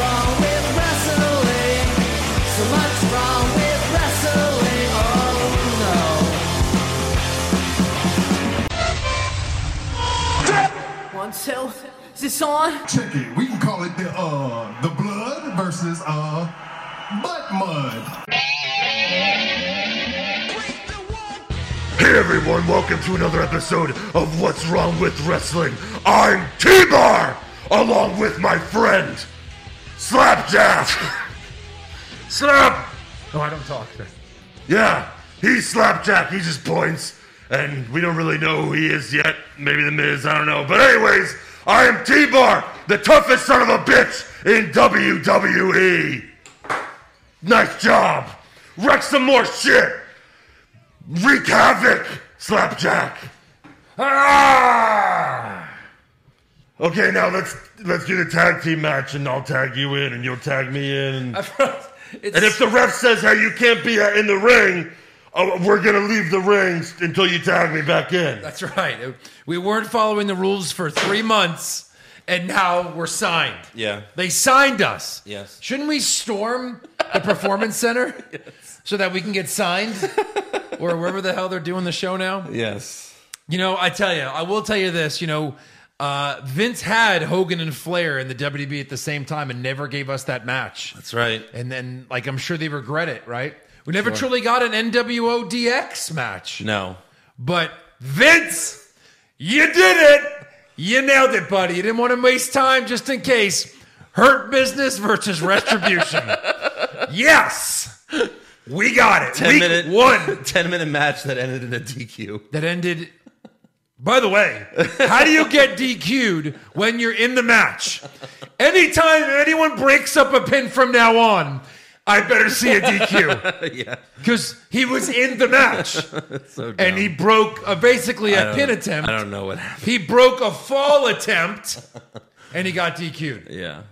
Oh, So, is this on? Check it. We can call it the uh the blood versus uh butt mud. Hey everyone, welcome to another episode of What's Wrong with Wrestling. I'm T-Bar, along with my friend, Slapjack. Slap! Oh, I don't talk. Yeah, he's Slapjack, he just points, and we don't really know who he is yet. Maybe The Miz, I don't know. But anyways, I am T-Bar, the toughest son of a bitch in WWE. Nice job. Wreck some more shit. Wreak havoc, Slapjack. Ah! Okay, now let's let's get a tag team match, and I'll tag you in, and you'll tag me in. And, it's, and if the ref says, "Hey, you can't be in the ring," uh, we're gonna leave the ring until you tag me back in. that's right. We weren't following the rules for three months, and now we're signed. Yeah. They signed us. Yes. Shouldn't we storm the performance center so that we can get signed? or wherever the hell they're doing the show now? Yes. You know, I tell you, I will tell you this. You know, uh, Vince had Hogan and Flair in the WB at the same time and never gave us that match. That's right. And then, like, I'm sure they regret it, right? We never truly got an NWO DX match. No. But Vince, you did it. You nailed it, buddy. You didn't want to waste time just in case. Hurt business versus retribution. yes. We got it. 10 Week minute one. 10 minute match that ended in a DQ. That ended. By the way, how do you get DQ'd when you're in the match? Anytime anyone breaks up a pin from now on, I better see a DQ yeah. because he was in the match So dumb. and he broke a, basically I a don't- pin attempt. I don't know what happened. He broke a fall attempt and he got DQ'd. Yeah.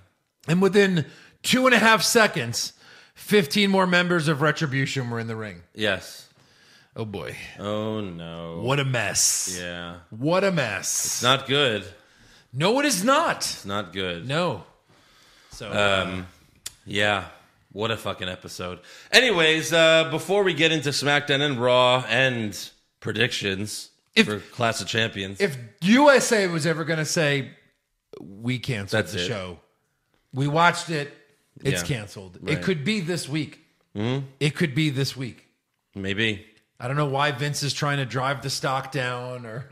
And within two and a half seconds, 15 more members of Retribution were in the ring. Yes. Oh boy. Oh no. What a mess. Yeah. What a mess. Not good. no, it is not. Not good. No. So, Yeah. What a fucking episode. Anyways, uh, before we get into SmackDown and Raw and predictions If- for Class of Champions, if USA was ever going to say, we canceled That's the it. show, we watched it, it's Yeah. canceled. It Right. Mm-hmm. could be this week. It could be this week. maybe. I don't know why Vince is trying to drive the stock down or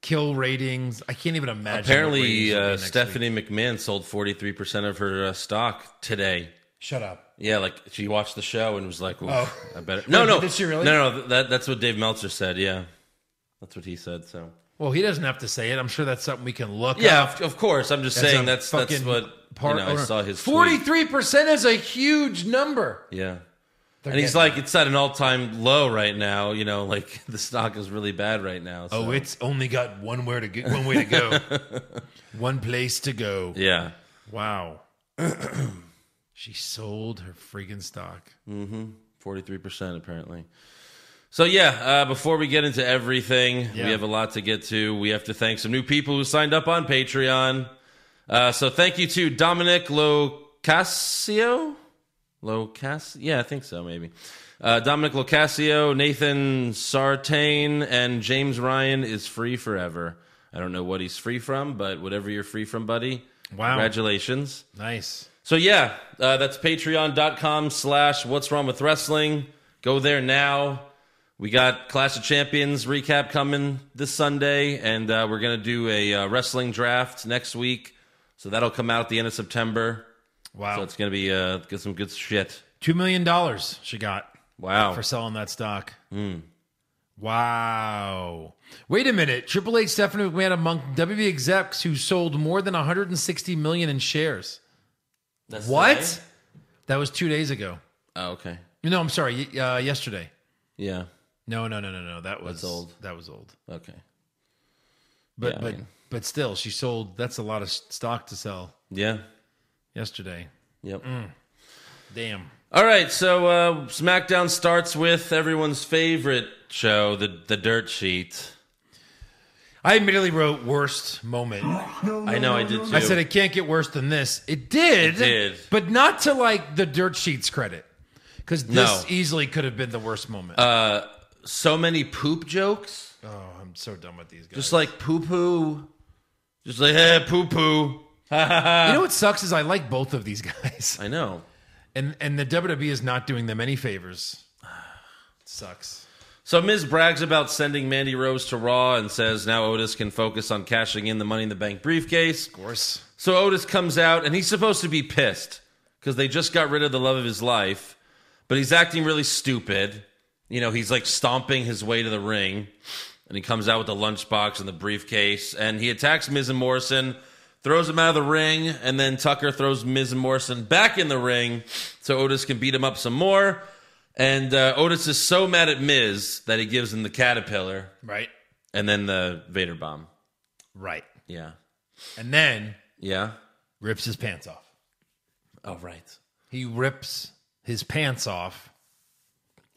kill ratings. I can't even imagine. what ratings Apparently, will be uh, next week. Stephanie McMahon sold 43% of her uh, stock today. Shut up. Yeah, like she watched the show and was like, Oof, Oh. I better. No, Wait, no. did she really? No, no. That, that's what Dave Meltzer said. Yeah. That's what he said. So. Well, he doesn't have to say it. I'm sure that's something we can look Yeah, up. of, of course. I'm just saying a that's that's fucking what part you know, I owner. saw his tweet. 43% is a huge number. Yeah. They're And he's getting- like, it's at an all time low right now. You know, like the stock is really bad right now. So. oh, it's only got one where to go, one way to go. one place to go. yeah. Wow. she sold her freaking stock. 43% apparently. So, yeah, uh, before we get into everything, Yeah. we have a lot to get to. We have to thank some new people who signed up on Patreon. Uh, so, thank you to Dominic Locascio. Locascio? Yeah, I think so, maybe. Uh, Dominic Locascio, Nathan Sartain, and James Ryan is free forever. I don't know what he's free from, but whatever you're free from, buddy, Wow. congratulations. Nice. So yeah, uh, that's patreon.com slash what's wrong with wrestling. Go there now. We got Clash of Champions recap coming this Sunday, and uh, we're going to do a uh, wrestling draft next week. So that'll come out at the end of September. Wow. So it's going to be uh, get some good shit. $2 million she got. Wow. for selling that stock. Hmm. Wow. Wait a minute. Triple H, Stephanie McMahon among WB execs who sold more than 160 million in shares. That's What? today? That was two days ago. Oh, okay. No, I'm sorry. y- Uh, yesterday. Yeah. No, no, no, no, no. That was old. That was old. Okay. But Yeah, I but mean- but still, she sold. That's a lot of s- stock to sell Yeah. yesterday. Yep. Mm. Damn. All right, so uh, SmackDown starts with everyone's favorite show, the the Dirt Sheet. I immediately wrote worst moment. I know I did too. I said it can't get worse than this. It did. It did. But not to like the dirt sheets credit. Because this No. Uh, easily could have been the worst moment. so many poop jokes. oh, I'm so done with these guys. Just like poo poo Just like, eh, poo poo. You uh, know what sucks is I like both of these guys, I know. and and the WWE is not doing them any favors. sucks. So Miz brags about sending Mandy Rose to Raw and says now Otis can focus on cashing in the Money in the Bank briefcase. Of course. So Otis comes out and he's supposed to be pissed because they just got rid of the love of his life, but he's acting really stupid. You know, he's like stomping his way to the ring and he comes out with the lunchbox and the briefcase and he attacks Miz and Morrison, throws him out of the ring, and then Tucker throws Miz and Morrison back in the ring so Otis can beat him up some more. And uh, Otis is so mad at Miz that he gives him the caterpillar Right. and then the Vader bomb. Right. Yeah. And then Yeah. rips his pants off. Oh, right. He rips his pants off.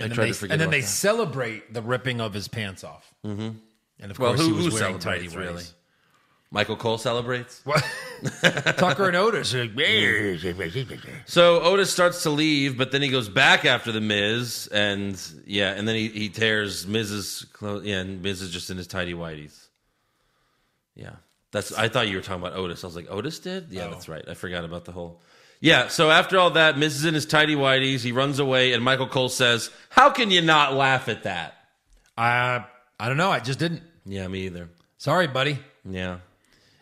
And, tried then, they, to forget and then about they that. celebrate the ripping of his pants off. Mm-hmm. And of Well, course, who, he was who wearing tidy celebrates really? Michael Cole celebrates. Tucker and Otis are like, "Yeah." So Otis starts to leave, but then he goes back after the Miz, and yeah, and then he, he tears Miz's clothes. Yeah, and Miz is just in his tidy whities. Yeah, that's. I thought you were talking about Otis. I was like, Otis did. Yeah, that's Oh. right. I forgot about the whole. Yeah. So after all that, Miz is in his tidy whities. He runs away, and Michael Cole says, "How can you not laugh at that?" I, I don't know. I just didn't. Yeah, me either. Sorry, buddy. Yeah.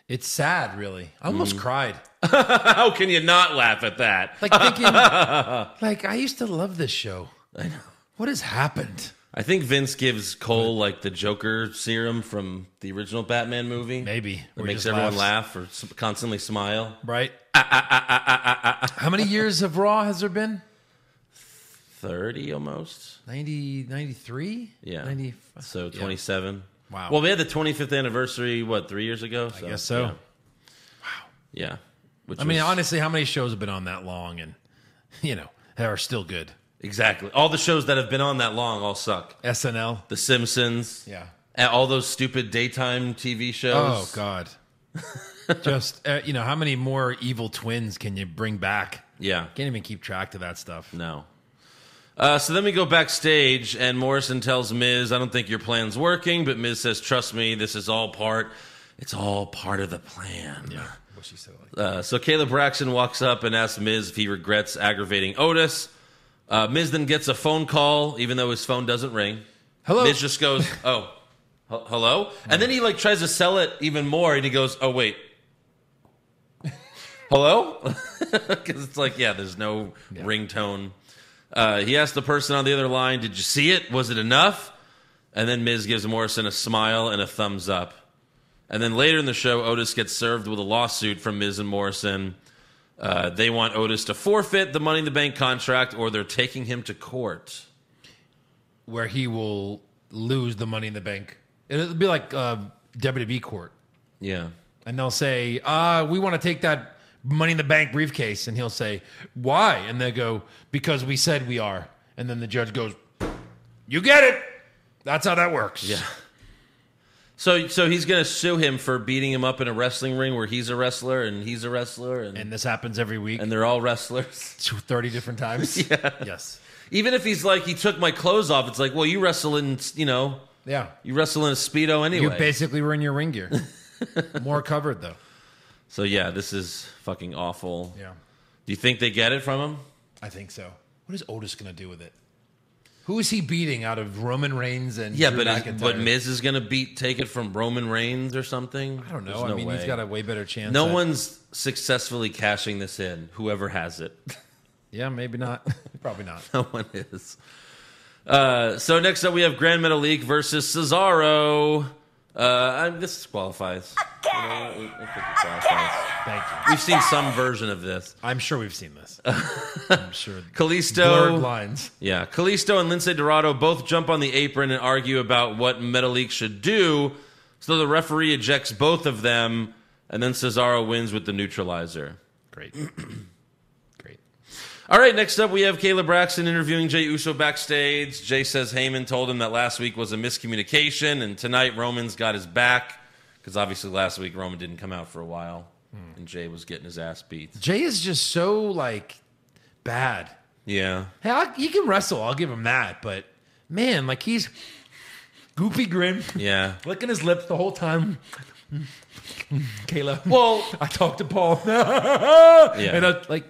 It's sad, really. I almost Mm-hmm. cried. How can you not laugh at that? Like thinking, like I used to love this show. I know. What has happened? I think Vince gives Cole like the Joker serum from the original Batman movie. Maybe It Or makes just everyone Ah, laughs, laugh or s- constantly smile. right? ah, How many years of Raw has there been? 30 almost. 90, 93? Yeah. 95. So Yeah. 27. Wow. Well, we had the 25th anniversary, what, three years ago? So, I guess so. Yeah. yeah. Which I mean, was- honestly, how many shows have been on that long and, you know, they are still good? Exactly. All the shows that have been on that long all suck. SNL. The Simpsons. Yeah. and all those stupid daytime TV shows. Oh, God. Just, uh, you know, how many more evil twins can you bring back? Yeah. Can't even keep track to that stuff. No. Uh, so then we go backstage, and Morrison tells Miz, I don't think your plan's working, but Miz says, Trust me, this is all part. It's all part of the plan. Yeah. What she said. Like, Uh, so Caleb Braxton walks up and asks Miz if he regrets aggravating Otis. Uh, Miz then gets a phone call, even though his phone doesn't ring. Hello. Miz just goes, "Oh, h- hello," and then he like tries to sell it even more, and he goes, "Oh wait, hello," because it's like, yeah, there's no ringtone. Uh, he asked the person on the other line, "Did you see it? Was it enough?" And then Miz gives Morrison a smile and a thumbs up. And then later in the show, Otis gets served with a lawsuit from Miz and Morrison. Uh, they want Otis to forfeit the Money in the Bank contract, or they're taking him to court. where he will lose the money in the bank. It'll be like uh, WWE court. Yeah. And they'll say, uh, we want to take that money in the bank briefcase. And he'll say, why? And they go, because we said we are. And then the judge goes, you get it. That's how that works. Yeah. So so he's gonna sue him for beating him up in a wrestling ring where he's a wrestler and he's a wrestler and and, And this happens every week, they're all wrestlers. 30 different times. yeah. Yes. Even if he's like he took my clothes off, it's like well you wrestle in you know Yeah. you wrestle in a speedo You anyway. basically were in your ring gear. More covered, though. so yeah, this is fucking awful. Yeah. Do you think they get it from him? I think so. What is Otis going to do with it? Who is he beating out of Roman Reigns and Yeah, Drew but McIntyre? is, but Miz is gonna beat take it from Roman Reigns or something. I don't know. There's I no mean, way. he's got a way better chance. no at- one's successfully cashing this in. Whoever has it. Yeah, maybe not. Probably not. No one is. Uh, so next up, we have Grand Metalik versus Cesaro. Uh, I, this qualifies. You know, I- I think it qualifies. Thank you. We've seen some version of this. I'm sure we've seen this. I'm sure. Blurred Kalisto, lines. yeah, Kalisto and Lince Dorado both jump on the apron and argue about what Metalik should do. So the referee ejects both of them, and then Cesaro wins with the neutralizer. Great. Great. All right, next up we have Caleb Braxton interviewing Jay Uso backstage. Jay says Heyman told him that last week was a miscommunication, and tonight Roman's got his back because obviously last week Roman didn't come out for a while, and Jay was getting his ass beat. Jay is just so like bad. Yeah, Hey, I, he can wrestle. I'll give him that. But man, like he's goopy grin, yeah, licking his lips the whole time. Kayla. Well, I talked to Paul. And I like,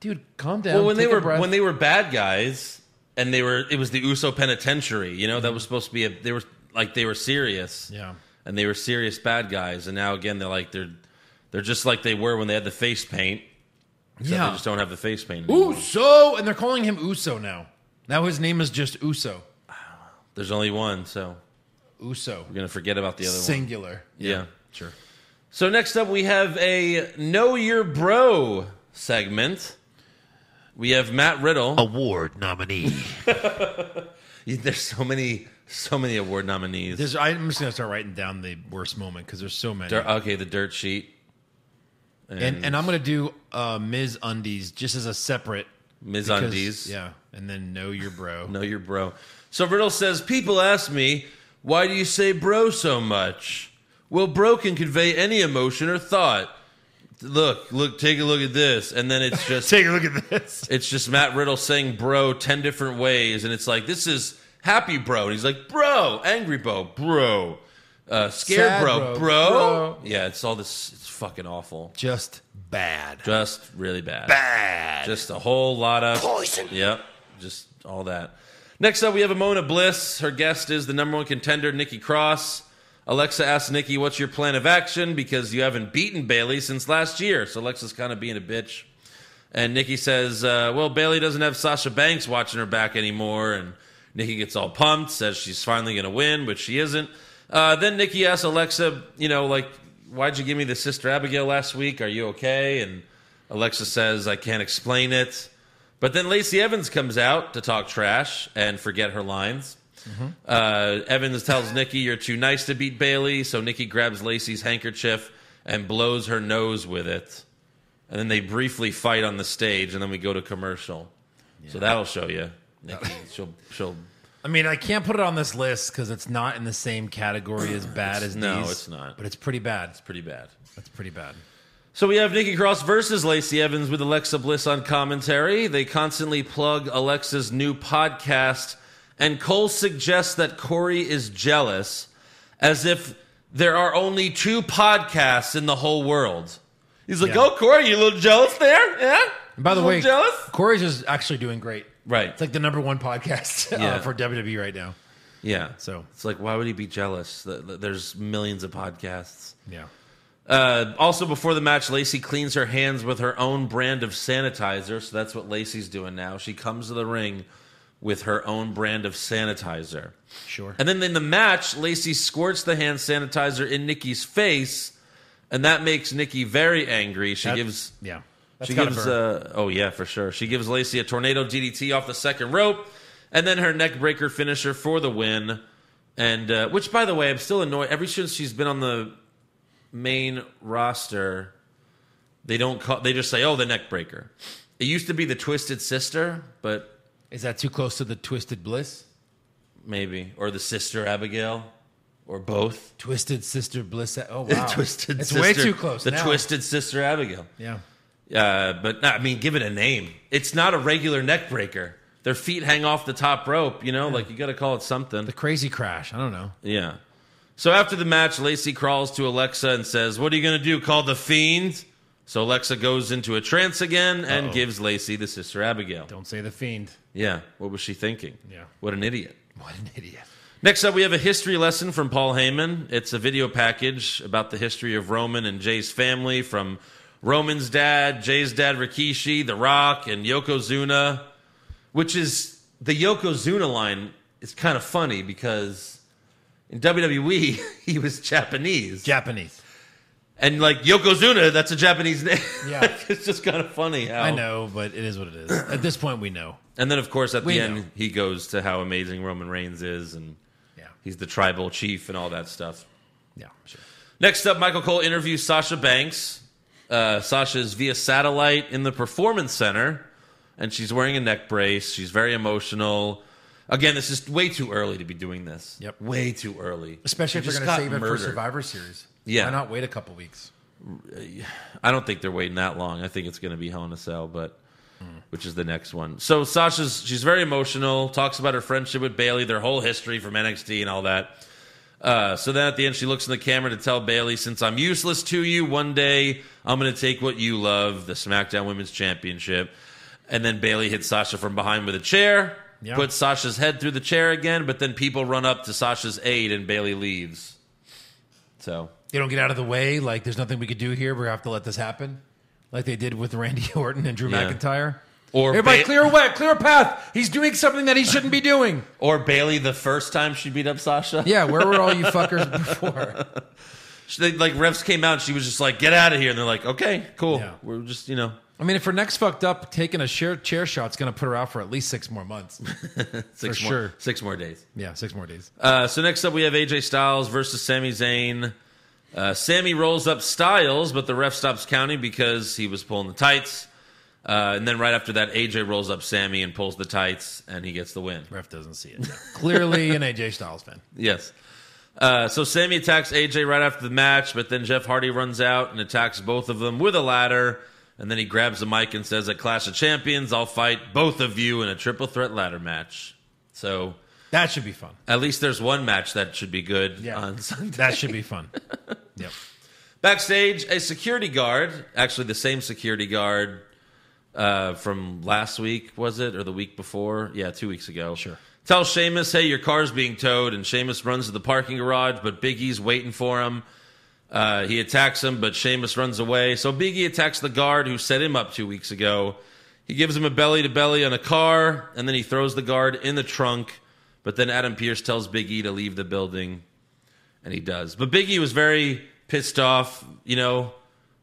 dude, calm down. well, when they take a were breath. when they were bad guys, and they were it was the USO Penitentiary. You know that was supposed to be a they were like they were serious. Yeah. and they were serious bad guys, and now again they're like they're they're just like they were when they had the face paint. except they yeah. just don't have the face paint. Anymore. Uso, and they're calling him Uso now. Now his name is just Uso. There's only one, so Uso. we're gonna forget about the other one. Singular. Yeah. Sure. So next up, we have a Know Your Bro segment. We have Matt Riddle. Oh. award nominee. There's so many, so many award nominees. This, I'm just gonna start writing down the worst moment because there's so many. Dirt- okay, the dirt sheet. and and I'm gonna do uh, Ms. Undies just as a separate. Ms. because- Undies. Yeah, and then know your bro. Know your bro. So Riddle says, People ask me, why do you say bro so much? Well, bro can convey any emotion or thought. Look, look, take a look at this. And then it's just Take a look at this. it's just Matt Riddle saying bro 10 different ways. And it's like, this is happy bro. And he's like, bro, angry bro, bro, uh, scared Sad bro, bro, bro, bro. Yeah, it's all this, it's fucking awful. Just bad. Just really bad. Bad. Just a whole lot of Poison. Yep, just all that. Next up, we have Amona Bliss. Her guest is the number one contender, Nikki Cross. Alexa asks Nikki, "What's your plan of action?" Because you haven't beaten Bailey since last year. So Alexa's kind of being a bitch, and Nikki says, uh, "Well, Bailey doesn't have Sasha Banks watching her back anymore." And Nikki gets all pumped, says she's finally going to win, which she isn't. Uh, then Nikki asks Alexa, "You know, like, why'd you give me the Sister Abigail last week? Are you okay?" And Alexa says, "I can't explain it." But then Lacey Evans comes out to talk trash and forget her lines. Uh, Evans tells Nikki, You're too nice to beat Bailey. So Nikki grabs Lacey's handkerchief and blows her nose with it. And then they briefly fight on the stage, and then we go to commercial. So that'll show you. Nikki, she'll, she'll, I mean, I can't put it on this list because it's not in the same category as bad as no, these, it's not. But it's pretty bad. pretty bad. That's pretty bad. So we have Nikki Cross versus Lacey Evans with Alexa Bliss on commentary. They constantly plug Alexa's new podcast, and Cole suggests that Corey is jealous, as if there are only two podcasts in the whole world. He's like, Yeah. "Oh, Corey, you a little jealous there? Yeah." And by the You a way, little jealous? Corey's is actually doing great. Right. It's like the number one podcast uh, Yeah. for WWE right now. yeah. So. it's like, why would he be jealous? Th- th- There's millions of podcasts. Yeah. Uh, also, before the match, Lacey cleans her hands with her own brand of sanitizer. So that's what Lacey's doing now. She comes to the ring with her own brand of sanitizer. Sure. And then in the match, Lacey squirts the hand sanitizer in Nikki's face, and that makes Nikki very angry. She That- gives yeah. That's she gotta gives burn. uh, oh yeah for sure. She gives Lacey a tornado DDT off the second rope, and then her neck breaker finisher for the win. And uh, which, by the way, I'm still annoyed. Ever since she's been on the main roster, they don't call. They just say, "Oh, the neck breaker." It used to be the Twisted Sister, but Is that too close to the Twisted Bliss? maybe or the Sister Abigail, or both. Twisted Sister Bliss. Oh wow. Twisted It's Sister. way too close. The now. Twisted Sister Abigail. Yeah. Uh, but nah, I mean, give it a name. It's not a regular neck breaker. Their feet hang off the top rope, you know? Like, you got to call it something. The crazy crash. I don't know. Yeah. So after the match, Lacey crawls to Alexa and says, What are you going to do? Call the Fiend? So Alexa goes into a trance again and gives Lacey the Sister Abigail. Don't say the fiend. Yeah. What was she thinking? Yeah. What an idiot. What an idiot. Next up, we have a history lesson from Paul Heyman. It's a video package about the history of Roman and Jay's family from Roman's dad, Jay's dad, Rikishi, The Rock, and Yokozuna, which is the Yokozuna line is kind of funny because in WWE, he was Japanese. Japanese. and like Yokozuna, that's a Japanese name. Yeah. it's just kind of funny how. I know, but it is what it is. At this point, we know. And then, of course, at We the end, know. he goes to how amazing Roman Reigns is and Yeah. he's the tribal chief and all that stuff. Yeah. Sure. Next up, Michael Cole interviews Sasha Banks. Uh, Sasha is via satellite in the Performance Center, and she's wearing a neck brace. She's very emotional. Again, this is way too early to be doing this. Yep. Way too early. Especially She if just they're going got to save it murdered. for Survivor Series. Yeah. Why not wait a couple weeks? I don't think they're waiting that long. I think it's going to be Hell in a Cell, but which is the next one. So Sasha's she's very emotional. Talks about her friendship with Bailey, their whole history from NXT and all that. Uh, so then at the end, she looks in the camera to tell Bailey, since I'm useless to you, one day I'm going to take what you love, the SmackDown Women's Championship. And then Bailey hits Sasha from behind with a chair, Yeah. puts Sasha's head through the chair again, but then people run up to Sasha's aid and Bailey leaves. So They don't get out of the way. Like there's nothing we could do here. We have to let this happen, like they did with Randy Orton and Drew Yeah. McIntyre. Or Everybody, Ba- clear a way, clear a path. He's doing something that he shouldn't be doing. Or Bailey the first time she beat up Sasha. Yeah, where were all you fuckers before? She- they- like refs came out and she was just like, get out of here. And they're like, okay, cool. Yeah. We're just, you know. I mean, if her next fucked up, taking a chair, chair shot's going to put her out for at least six more months. Six For more, sure. Six more days. Yeah, six more days. Uh, so next up, we have AJ Styles versus Sami Zayn. Uh, Sammy rolls up Styles, but the ref stops counting because he was pulling the tights. Uh, and then right after that, AJ rolls up Sammy and pulls the tights, and he gets the win. Ref doesn't see it. Clearly an AJ Styles fan. Yes. Uh, so Sammy attacks AJ right after the match, but then Jeff Hardy runs out and attacks both of them with a ladder. And then he grabs the mic and says, "At Clash of Champions, I'll fight both of you in a triple threat ladder match." So That should be fun. at least there's one match that should be good Yeah. on Sunday. That should be fun. Yep. Backstage, a security guard, actually the same security guard uh, from last week, was it, or the week before? Yeah, two weeks ago. Sure. Tells Seamus, hey, your car's being towed, and Seamus runs to the parking garage, but Biggie's waiting for him. Uh, he attacks him, but Seamus runs away. So Biggie attacks the guard who set him up two weeks ago. He gives him a belly to belly on a car, and then he throws the guard in the trunk. But then Adam Pierce tells Biggie to leave the building and he does. But Biggie was very pissed off. You know,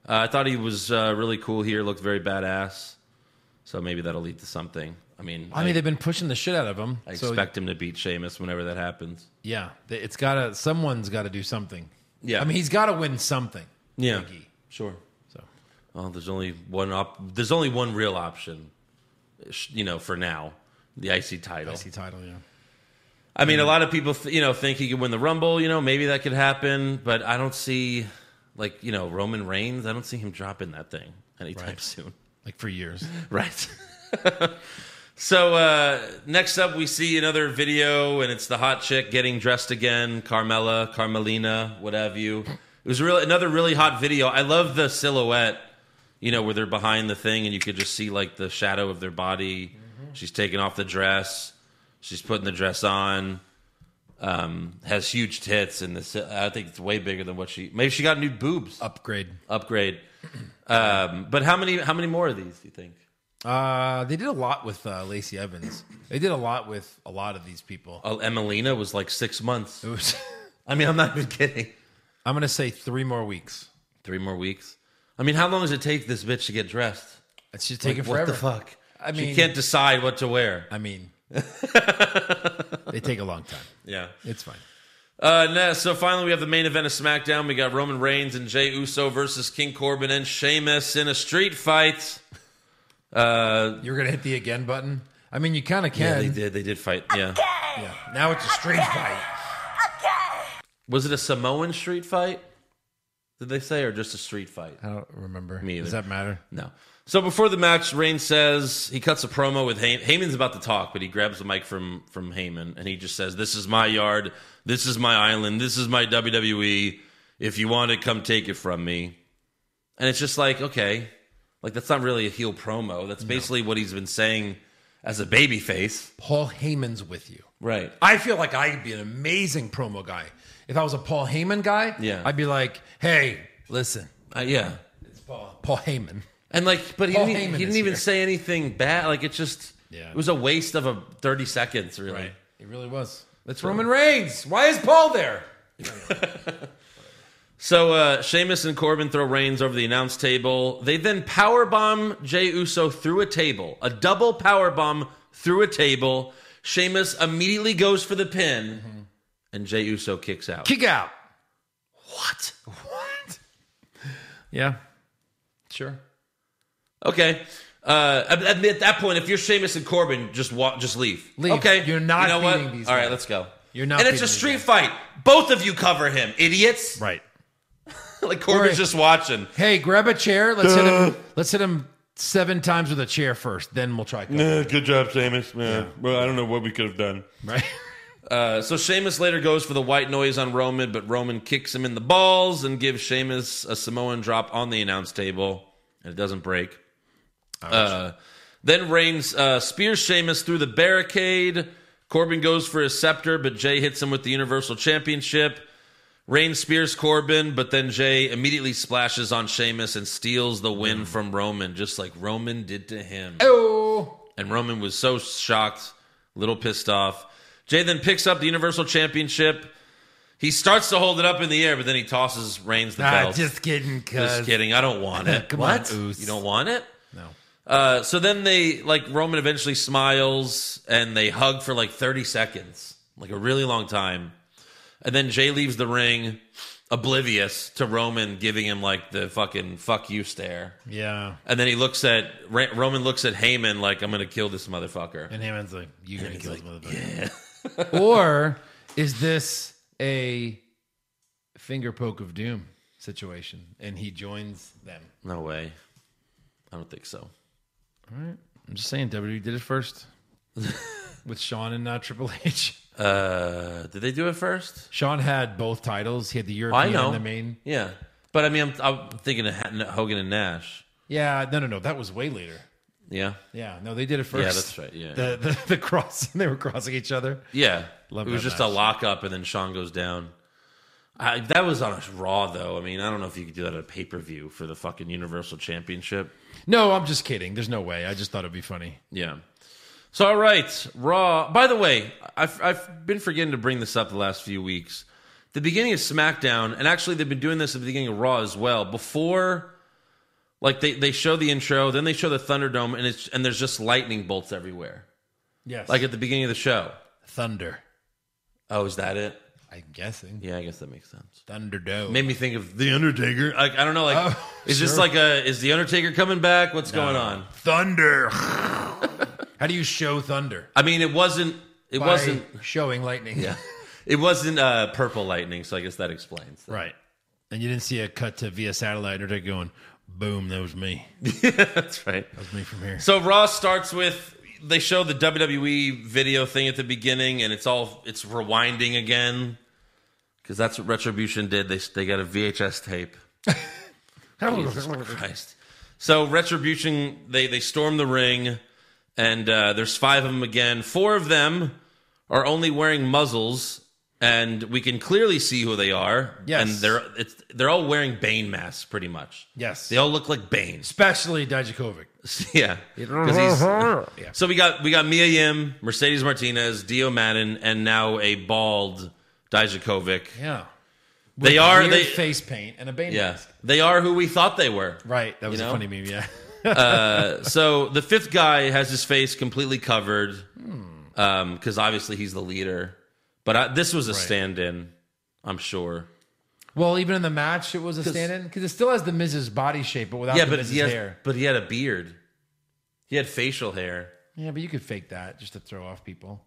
uh, I thought he was uh, really cool here. Looked very badass. So maybe that'll lead to something. I mean, I mean, they've been pushing the shit out of him. I so, expect him to beat Sheamus whenever that happens. yeah, they- it's got to, someone's got to do something. Yeah. I mean, he's got to win something. Yeah, Biggie. sure. So, Well, there's only one op- There's only one real option. sh- You know, for now, the IC title. IC E title, yeah. I Mm-hmm. mean, a lot of people, th- you know, think he could win the Rumble. You know, maybe that could happen, but I don't see, like, you know, Roman Reigns. I don't see him dropping that thing anytime Right. soon. Like for years. Right. so uh, next up, we see another video, and it's the hot chick getting dressed again, Carmela, Carmelina, what have you. It was real another really hot video. I love the silhouette, you know, where they're behind the thing, and you could just see like the shadow of their body. She's taking off the dress. She's putting the dress on. Um, has huge tits, and this I think it's way bigger than what she. Maybe she got new boobs Upgrade. upgrade. Um, but how many? How many more of these do you think? Uh, they did a lot with uh, Lacey Evans. They did a lot with a lot of these people. Oh, Emelina was like six months. It was, I mean, I'm not even kidding. I'm going to say three more weeks. Three more weeks. I mean, how long does it take this bitch to get dressed? It's just taking What forever. the fuck? I she mean- can't decide what to wear. I mean, they take a long time. Yeah. It's fine. Uh, ne- so finally, we have the main event of SmackDown. We got Roman Reigns and Jay Uso versus King Corbin and Sheamus in a street fight. Uh, You're gonna hit the again button. I mean, you kind of yeah, can. they did. They did fight. Yeah. Yeah. Now it's a street fight. Was it a Samoan street fight? Did they say, or just a street fight? I don't remember. Me Does either. that matter? No. So before the match, Reigns says he cuts a promo with Heyman. Heyman's about to talk, but he grabs the mic from from Heyman and he just says, "This is my yard. This is my island. This is my WWE. If you want it, come take it from me." And it's just like, okay, like that's not really a heel promo. That's basically what he's been saying as a babyface, Paul Heyman's with you. right? I feel like I'd be an amazing promo guy. If I was a Paul Heyman guy, Yeah. I'd be like, hey, listen, Uh, yeah. it's Paul. Paul Heyman. And like, but he Paul didn't, e- Heyman he didn't is even here. say anything bad. Like it just, Yeah. it was a waste of a thirty seconds, really. It really was. That's Roman Reigns. Why is Paul there? So uh, Sheamus and Corbin throw Reigns over the announce table. They then powerbomb Jey Uso through a table, a double powerbomb through a table. Sheamus immediately goes for the pin, and Jey Uso kicks out. Kick out. what? What? Yeah. Sure. Okay. Uh, at, at- at that point, if you're Sheamus and Corbin, just walk, just leave. Leave. Okay, You're not You know what? beating these All right, guys. let's go. You're not And it's beating a these street guys. fight. Both of you cover him, idiots. Right. like Corbin's Right. just watching. Hey, grab a chair. Let's hit him. Let's hit him seven times with a chair first. Then we'll try. Eh, good job, Seamus. Yeah. Well, I don't know what we could have done. Right. Uh, so Sheamus later goes for the white noise on Roman, but Roman kicks him in the balls and gives Sheamus a Samoan drop on the announce table, and it doesn't break. Uh, then Reigns uh, spears Sheamus through the barricade. Corbin goes for his scepter, but Jay hits him with the Universal Championship. Reigns spears Corbin, but then Jay immediately splashes on Sheamus and steals the win from Roman, just like Roman did to him. Oh, And Roman was so shocked, a little pissed off. Jay then picks up the Universal Championship. He starts to hold it up in the air, but then he tosses Reigns the nah, belt. just kidding, cuz. Just kidding. I don't want it. Come what? on, Oos. you don't want it? No. Uh, so then they like Roman eventually smiles and they hug for like 30 seconds, like a really long time. And then Jay leaves the ring oblivious to Roman giving him like the fucking fuck you stare. Yeah. And then he looks at Ra- Roman looks at Heyman like I'm going to kill this motherfucker. And Hammond's like, you're going to kill this motherfucker. Yeah. or is this a finger poke of doom situation? And he joins them. No way. I don't think so. I'm just saying, WWE did it first with Sean and not Triple H. Uh, did they do it first? Sean had both titles. He had the I European know. and the main. Yeah. But I mean, I'm, I'm thinking of Ha- Hogan and Nash. Yeah, no, no, no. That was way later. Yeah. Yeah, no, they did it first. Yeah, that's right. Yeah. The the, the crossing, they were crossing each other. Yeah, Love it was that just a match. lockup, and then Sean goes down. I, that was on a Raw, though. I mean, I don't know if you could do that at a pay per view for the fucking Universal Championship. No, I'm just kidding. There's no way. I just thought it'd be funny. Yeah. So, all right, Raw. By the way, I've, I've been forgetting to bring this up the last few weeks. The beginning of SmackDown, and actually they've been doing this at the beginning of Raw as well. Before, like they, they show the intro, then they show the Thunderdome, and it's and there's just lightning bolts everywhere, Yes, like at the beginning of the show. thunder. Oh, is that it? I'm guessing Yeah, I guess that makes sense. Thunderdome. made me think of the Undertaker. Like I don't know, like is this like a is the Undertaker coming back? What's going on? thunder. How do you show thunder? I mean, it wasn't. It By wasn't. showing lightning. Yeah, it wasn't uh, purple lightning. So I guess that explains. That. right. And you didn't see a cut to via satellite or they going, boom, that was me. That's right. That was me from here. So Raw starts with they show the WWE video thing at the beginning, and it's all it's rewinding again because that's what Retribution did. They they got a VHS tape. Christ. So retribution. They they storm the ring, and uh, there's five of them again. Four of them are only wearing muzzles, and we can clearly see who they are. Yes. and they're it's they're all wearing Bane masks, pretty much. Yes. they all look like Bane. Especially Dijakovic. yeah, 'Cause he's- so we got we got Mia Yim, Mercedes Martinez, Dio Madden, and now a bald Dijakovic. Yeah. They are Weird they face paint and a bane yeah mask. they are who we thought they were. Right. That was You a know? funny meme. Yeah. So the fifth guy has his face completely covered, Hmm. because obviously he's the leader. But I, this was a stand-in, I'm sure. Well, even in the match, it was a stand in because it still has the Miz's body shape, but without yeah, the but Miz's he has, hair. but he had a beard. He had facial hair. Yeah, but you could fake that just to throw off people.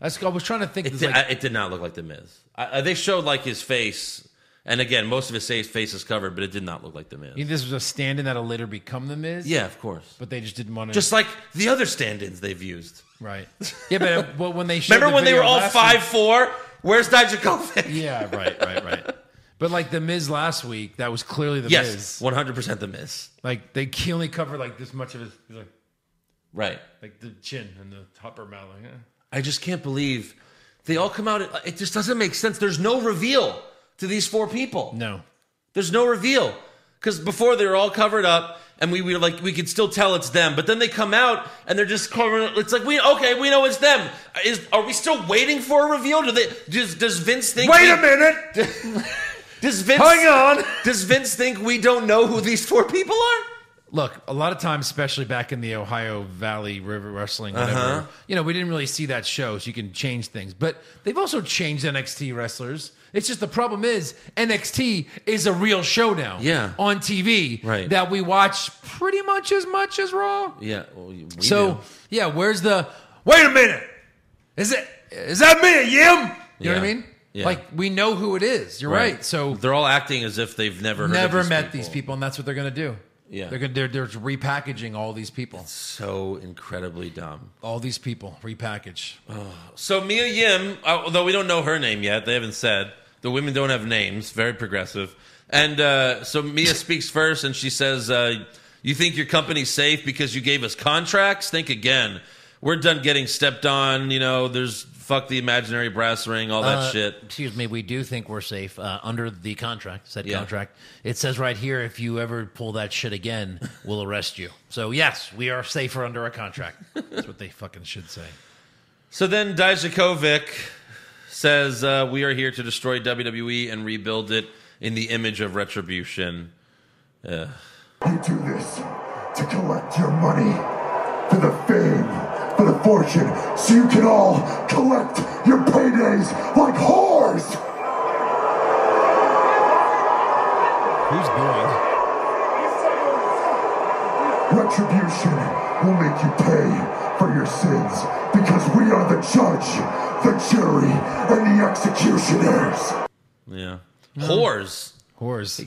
That's, I was trying to think. It It's did, like, I, it did not look like the Miz. I, I, they showed like his face, and again, most of his face face is covered, but it did not look like the Miz. you think this was a stand in that'll later become the Miz? yeah, of course. But they just didn't want to. Just like the other stand-ins they've used. Right. Yeah, but, but when they showed Remember the when they video were all last five week- four? Where's Dijakovic? yeah, right, right, right. But like the Miz last week, that was clearly the Yes, Miz. one hundred percent the Miz. Like they he only covered like this much of his, he's like Right. like the chin and the upper mouth. Like, eh. I just can't believe they all come out. It just doesn't make sense. There's no reveal to these four people. No, There's no reveal because before they were all covered up, and we, we were like we could still tell it's them. But then they come out and they're just covering. It's like we okay, we know it's them. Is are we still waiting for a reveal? Do they does, does Vince think? Wait we- a minute! Does Vince Hang on! Does Vince think we don't know who these four people are? look, a lot of times, especially back in the Ohio Valley River Wrestling, Uh-huh. whatever, you know, we didn't really see that show, so you can change things. But they've also changed NXT wrestlers. It's just the problem is NXT is a real showdown, Yeah. on TV, Right. That we watch pretty much as much as Raw. Yeah. we So yeah, where's the Wait a minute! is it is that me, Yim? You know what Yeah. I mean? Yeah. Like we know who it is. You're right. So they're all acting as if they've never heard of never these met people. these people, and that's what they're gonna do. Yeah. They're, gonna, they're they're repackaging all these people. So incredibly dumb. All these people repackage. So Mia Yim, uh, although we don't know her name yet, they haven't said. The women don't have names. Very progressive. And uh, so Mia speaks first, and she says, uh, "You think your company's safe because you gave us contracts? Think again. We're done getting stepped on. You know, there's fuck the imaginary brass ring, all that Uh, shit. Excuse me, we do think we're safe uh, under the contract, said Yeah. contract. It says right here if you ever pull that shit again, we'll arrest you. So, yes, we are safer under a contract. That's what they fucking should say. So then Dijakovic says, uh, We are here to destroy WWE and rebuild it in the image of retribution. You do this to collect your money for the fame, for the fortune, so you can all collect your paydays like whores. Who's doing? Retribution will make you pay for your sins because we are the judge, the jury, and the executioners. Yeah. Whores. Whores.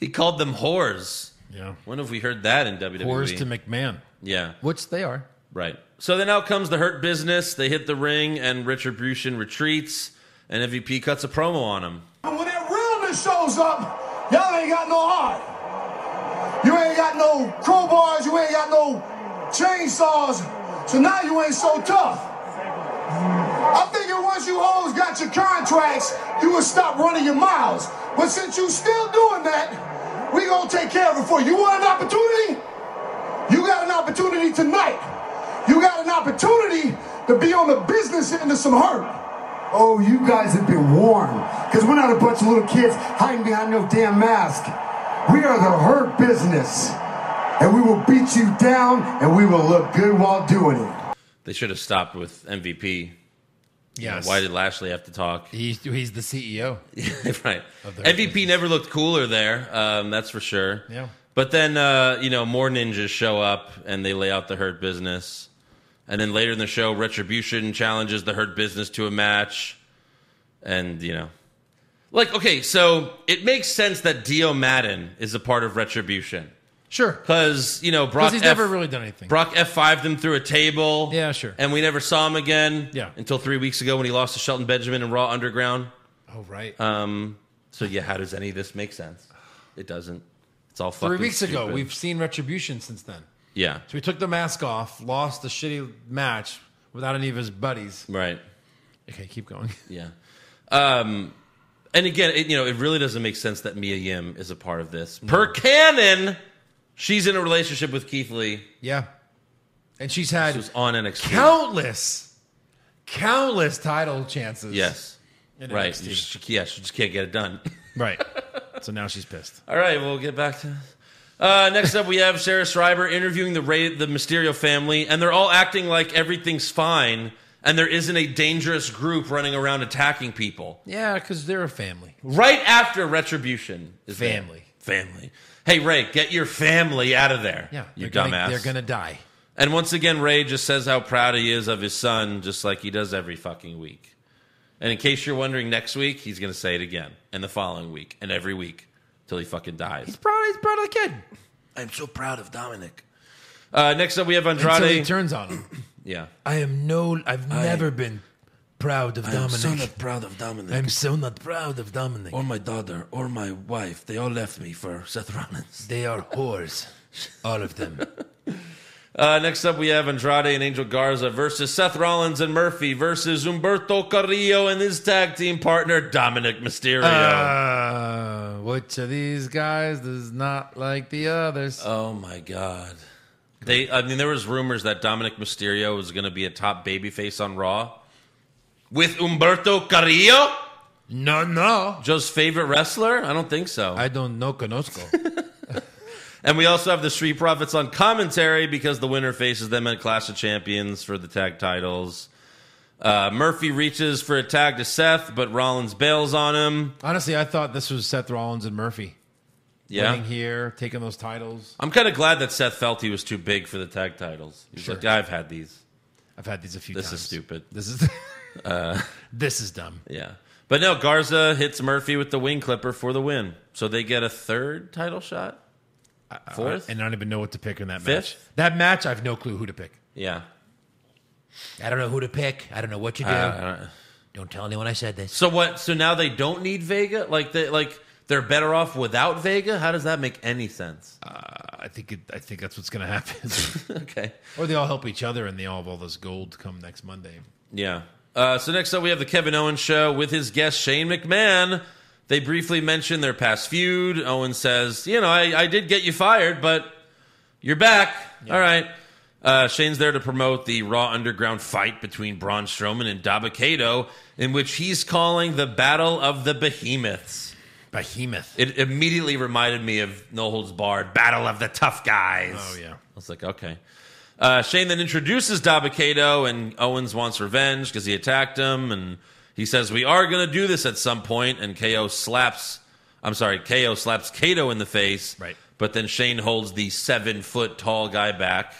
he called them whores. Yeah. When have we heard that in WWE? Whores to McMahon, yeah, which they are. right. So then out comes the Hurt Business. They hit the ring and Retribution retreats, and MVP cuts a promo on him. When that realness shows up, y'all ain't got no heart. You ain't got no crowbars, you ain't got no chainsaws, so now you ain't so tough. I figure once you hoes got your contracts, you would stop running your miles. But since you still doing that, we gonna take care of it for you. You want an opportunity? You got an opportunity tonight. You got an opportunity to be on the business end of some hurt. Oh, you guys have been warned. Because we're not a bunch of little kids hiding behind no damn mask. We are the hurt business. And we will beat you down and we will look good while doing it. They should have stopped with MVP. Yes. Why did Lashley have to talk? he's, he's the E CEO. right. Of the MVP never looked cooler there. Um, that's for sure. Yeah. But then uh, you know more ninjas show up and they lay out the hurt business, and then later in the show, Retribution challenges the hurt business to a match, and you know, like okay, so it makes sense that Dio Madden is a part of Retribution Sure. because you know Brock Because he's F- never really done anything. Brock F five them through a table. Yeah, sure. And we never saw him again. Yeah. Until three weeks ago when he lost to Shelton Benjamin in Raw Underground. Oh, right. Um, so yeah, how does any of this make sense? It doesn't. It's all Three fucking weeks ago, stupid. we've seen retribution since then. yeah So he took the mask off, lost the shitty match without any of his buddies. right Okay, keep going. yeah. Um, and again, it, you know, it really doesn't make sense that Mia Yim is a part of this. Per canon, she's in a relationship with Keith Lee, Yeah. And she's who had was on NXT. countless, countless title chances. yes, in right. NXT. You just- yeah, she just can't get it done. Right. So now she's pissed. All right, we'll get back to. Uh, next up, we have Sarah Schreiber interviewing the Ray, the Mysterio family, and they're all acting like everything's fine, and there isn't a dangerous group running around attacking people. Yeah, because they're a family. Right after Retribution is there. Family. Family. Hey Ray, get your family out of there. Yeah. you they're gonna- dumbass. They're going to die. And once again, Ray just says how proud he is of his son, just like he does every fucking week. And in case you're wondering, next week he's gonna say it again, and the following week, and every week till he fucking dies. Proud, he's proud of the kid. I'm so proud of Dominic. Uh, next up, we have Andrade. Until he turns on him. yeah. I am no. I've never been proud of Dominic. proud of Dominic. I'm so not proud of Dominic. my daughter or my wife. They all left me for Seth Rollins. They are whores, all of them. Uh, next up, we have Andrade and Angel Garza versus Seth Rollins and Murphy versus Humberto Carrillo and his tag team partner, Dominic Mysterio. uh, which of these guys is not like the others? oh, my God. They, I mean, there was rumors that Dominic Mysterio was going to be a top babyface on Raw with Humberto Carrillo, no, no. Joe's favorite wrestler. I don't think so. I don't know conozco. And we also have the Street Profits on commentary because the winner faces them at Clash of Champions for the tag titles. Uh, Murphy reaches for a tag to Seth, but Rollins bails on him. Honestly, I thought this was Seth Rollins and Murphy. Yeah. Winning here, taking those titles. I'm kind of glad that Seth felt he was too big for the tag titles. He's Sure. like, I've had these. I've had these a few This times. is stupid. This is Uh, this is dumb. Yeah. But no, Garza hits Murphy with the wing clipper for the win. So they get a third title shot. Fourth? and I don't even know what to pick in that match. Fifth? That match, I have no clue who to pick. yeah. I don't know who to pick. I don't know what to do. Uh, don't tell anyone I said this. so what? So now they don't need Vega. Like they like they're better off without Vega. How does that make any sense? uh, I think it, I think that's what's going to happen. okay. or they all help each other, and they all have all this gold come next Monday. Yeah. Uh, so next up, we have the Kevin Owens show with his guest Shane McMahon. They briefly mention their past feud. Owens says, "You know, I, I did get you fired, but you're back. All right." Uh, Shane's there to promote the Raw Underground fight between Braun Strowman and Dabba Kato, in which he's calling the Battle of the Behemoths. Behemoth. It immediately reminded me of No Holds Barred, Battle of the Tough Guys. Oh yeah. I was like, okay. Uh, Shane then introduces Dabakato, and Owens wants revenge because he attacked him, and he says, "We are going to do this at some point." And KO slaps, I'm sorry, KO slaps Kato in the face. Right. But then Shane holds the seven foot tall guy back.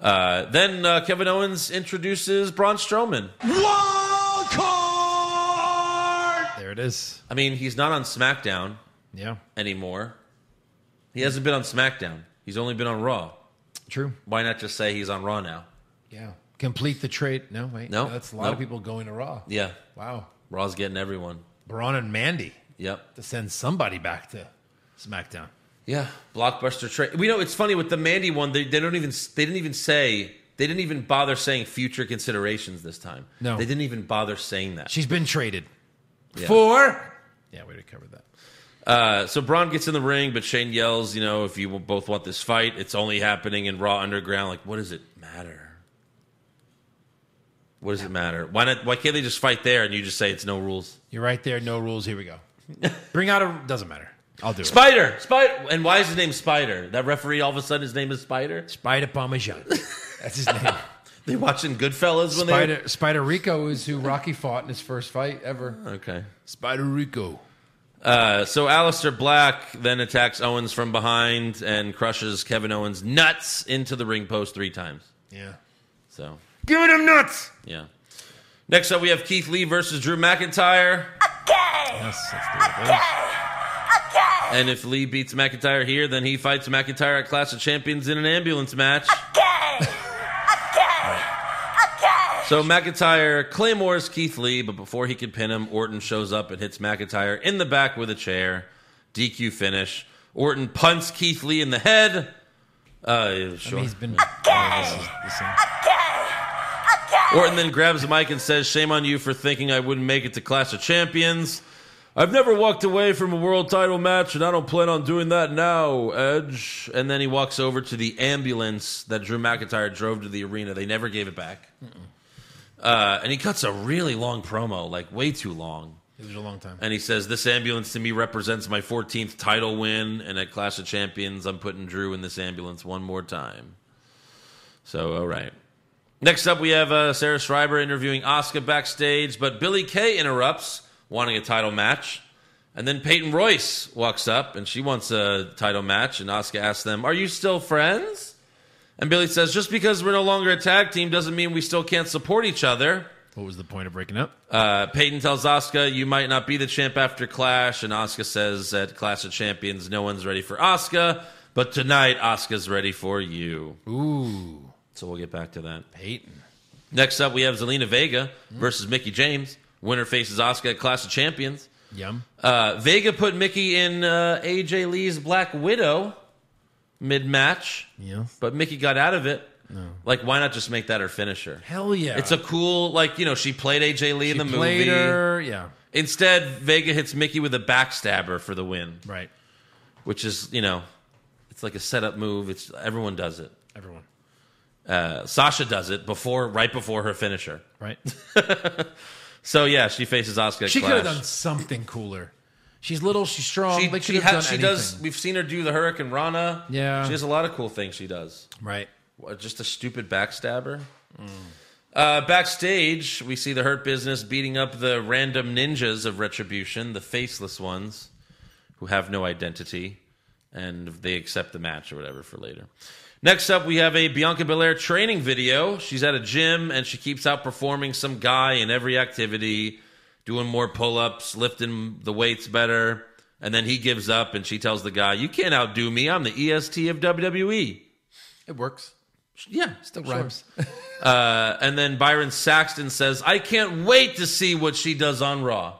Uh, then uh, Kevin Owens introduces Braun Strowman. There it is. I mean, he's not on SmackDown Yeah. anymore. He hasn't been on SmackDown. He's only been on Raw. True. Why not just say he's on Raw now? Yeah. Complete the trade. No wait. No. That's a lot No. of people going to Raw. Yeah, Wow. Raw's getting everyone. Braun and Mandy Yep. to send somebody back to SmackDown. Yeah, blockbuster trade. We know it's funny with the Mandy one. They, they don't even they didn't even say they didn't even bother saying future considerations this time. No. they didn't even bother saying that. She's been traded. Yeah. For yeah, we covered that. Uh, so Braun gets in the ring, but Shane yells, "You know, if you both want this fight, it's only happening in Raw Underground. Like, what does it matter? What does it matter? Why not? Why can't they just fight there and you just say it's no rules? You're right there. No rules. Here we go. Bring out a doesn't matter. I'll do it. Spider, Spider, and why is his name Spider? That referee all of a sudden his name is Spider. Spider Parmesan. That's his name. They watching Goodfellas when they Spider Spider Rico is who Rocky fought in his first fight ever. okay. Spider Rico. Uh, so Alistair Black then attacks Owens from behind and crushes Kevin Owens' nuts into the ring post three times. Yeah. So, Give it him nuts. yeah. Next up, we have Keith Lee versus Drew McIntyre. Yes, Ah, that's the way And if Lee beats McIntyre here, then he fights McIntyre at Clash of Champions in an ambulance match. So McIntyre claymores Keith Lee, but before he can pin him, Orton shows up and hits McIntyre in the back with a chair. DQ finish. Orton punts Keith Lee in the head. Uh, it is. sure. He's been oh, this is the same. Orton then grabs the mic and says, Shame on you for thinking I wouldn't make it to Clash of Champions. I've never walked away from a world title match, and I don't plan on doing that now, Edge. And then he walks over to the ambulance that Drew McIntyre drove to the arena. They never gave it back. Uh, and he cuts a really long promo, like way too long. It was a long time. And he says, This ambulance to me represents my 14th title win. And at Clash of Champions, I'm putting Drew in this ambulance one more time. So, all right. Next up, we have uh, Sarah Schreiber interviewing Asuka backstage, but Billy Kay interrupts, wanting a title match. And then Peyton Royce walks up and she wants a title match. And Asuka asks them, Are you still friends? And Billy says, Just because we're no longer a tag team doesn't mean we still can't support each other. What was the point of breaking up? Uh, Peyton tells Asuka, "You might not be the champ after Clash," and Asuka says, "At Clash of Champions, no one's ready for Asuka, but tonight Asuka's ready for you." Ooh, So we'll get back to that. Peyton. Next up, we have Zelina Vega Hmm. versus Mickey James. Winner faces Asuka at Clash of Champions. Yum. Uh, Vega put Mickey in uh, AJ Lee's Black Widow mid match, Yeah. but Mickey got out of it. Like, why not just make that her finisher? Hell yeah. It's a cool, like, you know, she played AJ Lee in the played movie. her. Yeah. Instead, Vega hits Mickey with a backstabber for the win, Right. which is, you know, it's like a setup move. It's everyone does it. Everyone. Uh, Sasha does it before, right before her finisher. Right. So yeah, she faces Asuka. at She could have Clash. done something cooler. She's little. She's strong. She, but she, she, could ha- have done she anything. does. We've seen her do the Hurricane Rana. Yeah. she has a lot of cool things she does. Right. What, Just a stupid backstabber. Uh, backstage, we see the Hurt Business beating up the random ninjas of Retribution, the faceless ones who have no identity, and they accept the match or whatever for later. Next up, we have a Bianca Belair training video. She's at a gym and she keeps outperforming some guy in every activity, doing more pull ups, lifting the weights better. And then he gives up and she tells the guy, You can't outdo me. I'm the EST of WWE. It works. Yeah, Still sure. rhymes. Uh, and then Byron Saxton says, I can't wait to see what she does on Raw.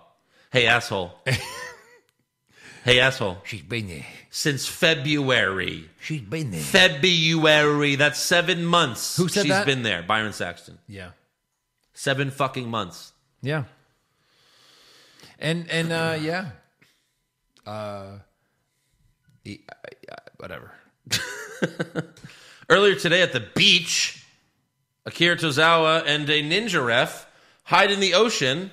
Hey, asshole. hey, asshole. She's been there. Since February. She's been there. February. That's seven months. Who said She's that? been there. Byron Saxton. Yeah. Seven fucking months. Yeah. And and uh yeah. Uh the I I- whatever. Earlier today at the beach, Akira Tozawa and a ninja ref hide in the ocean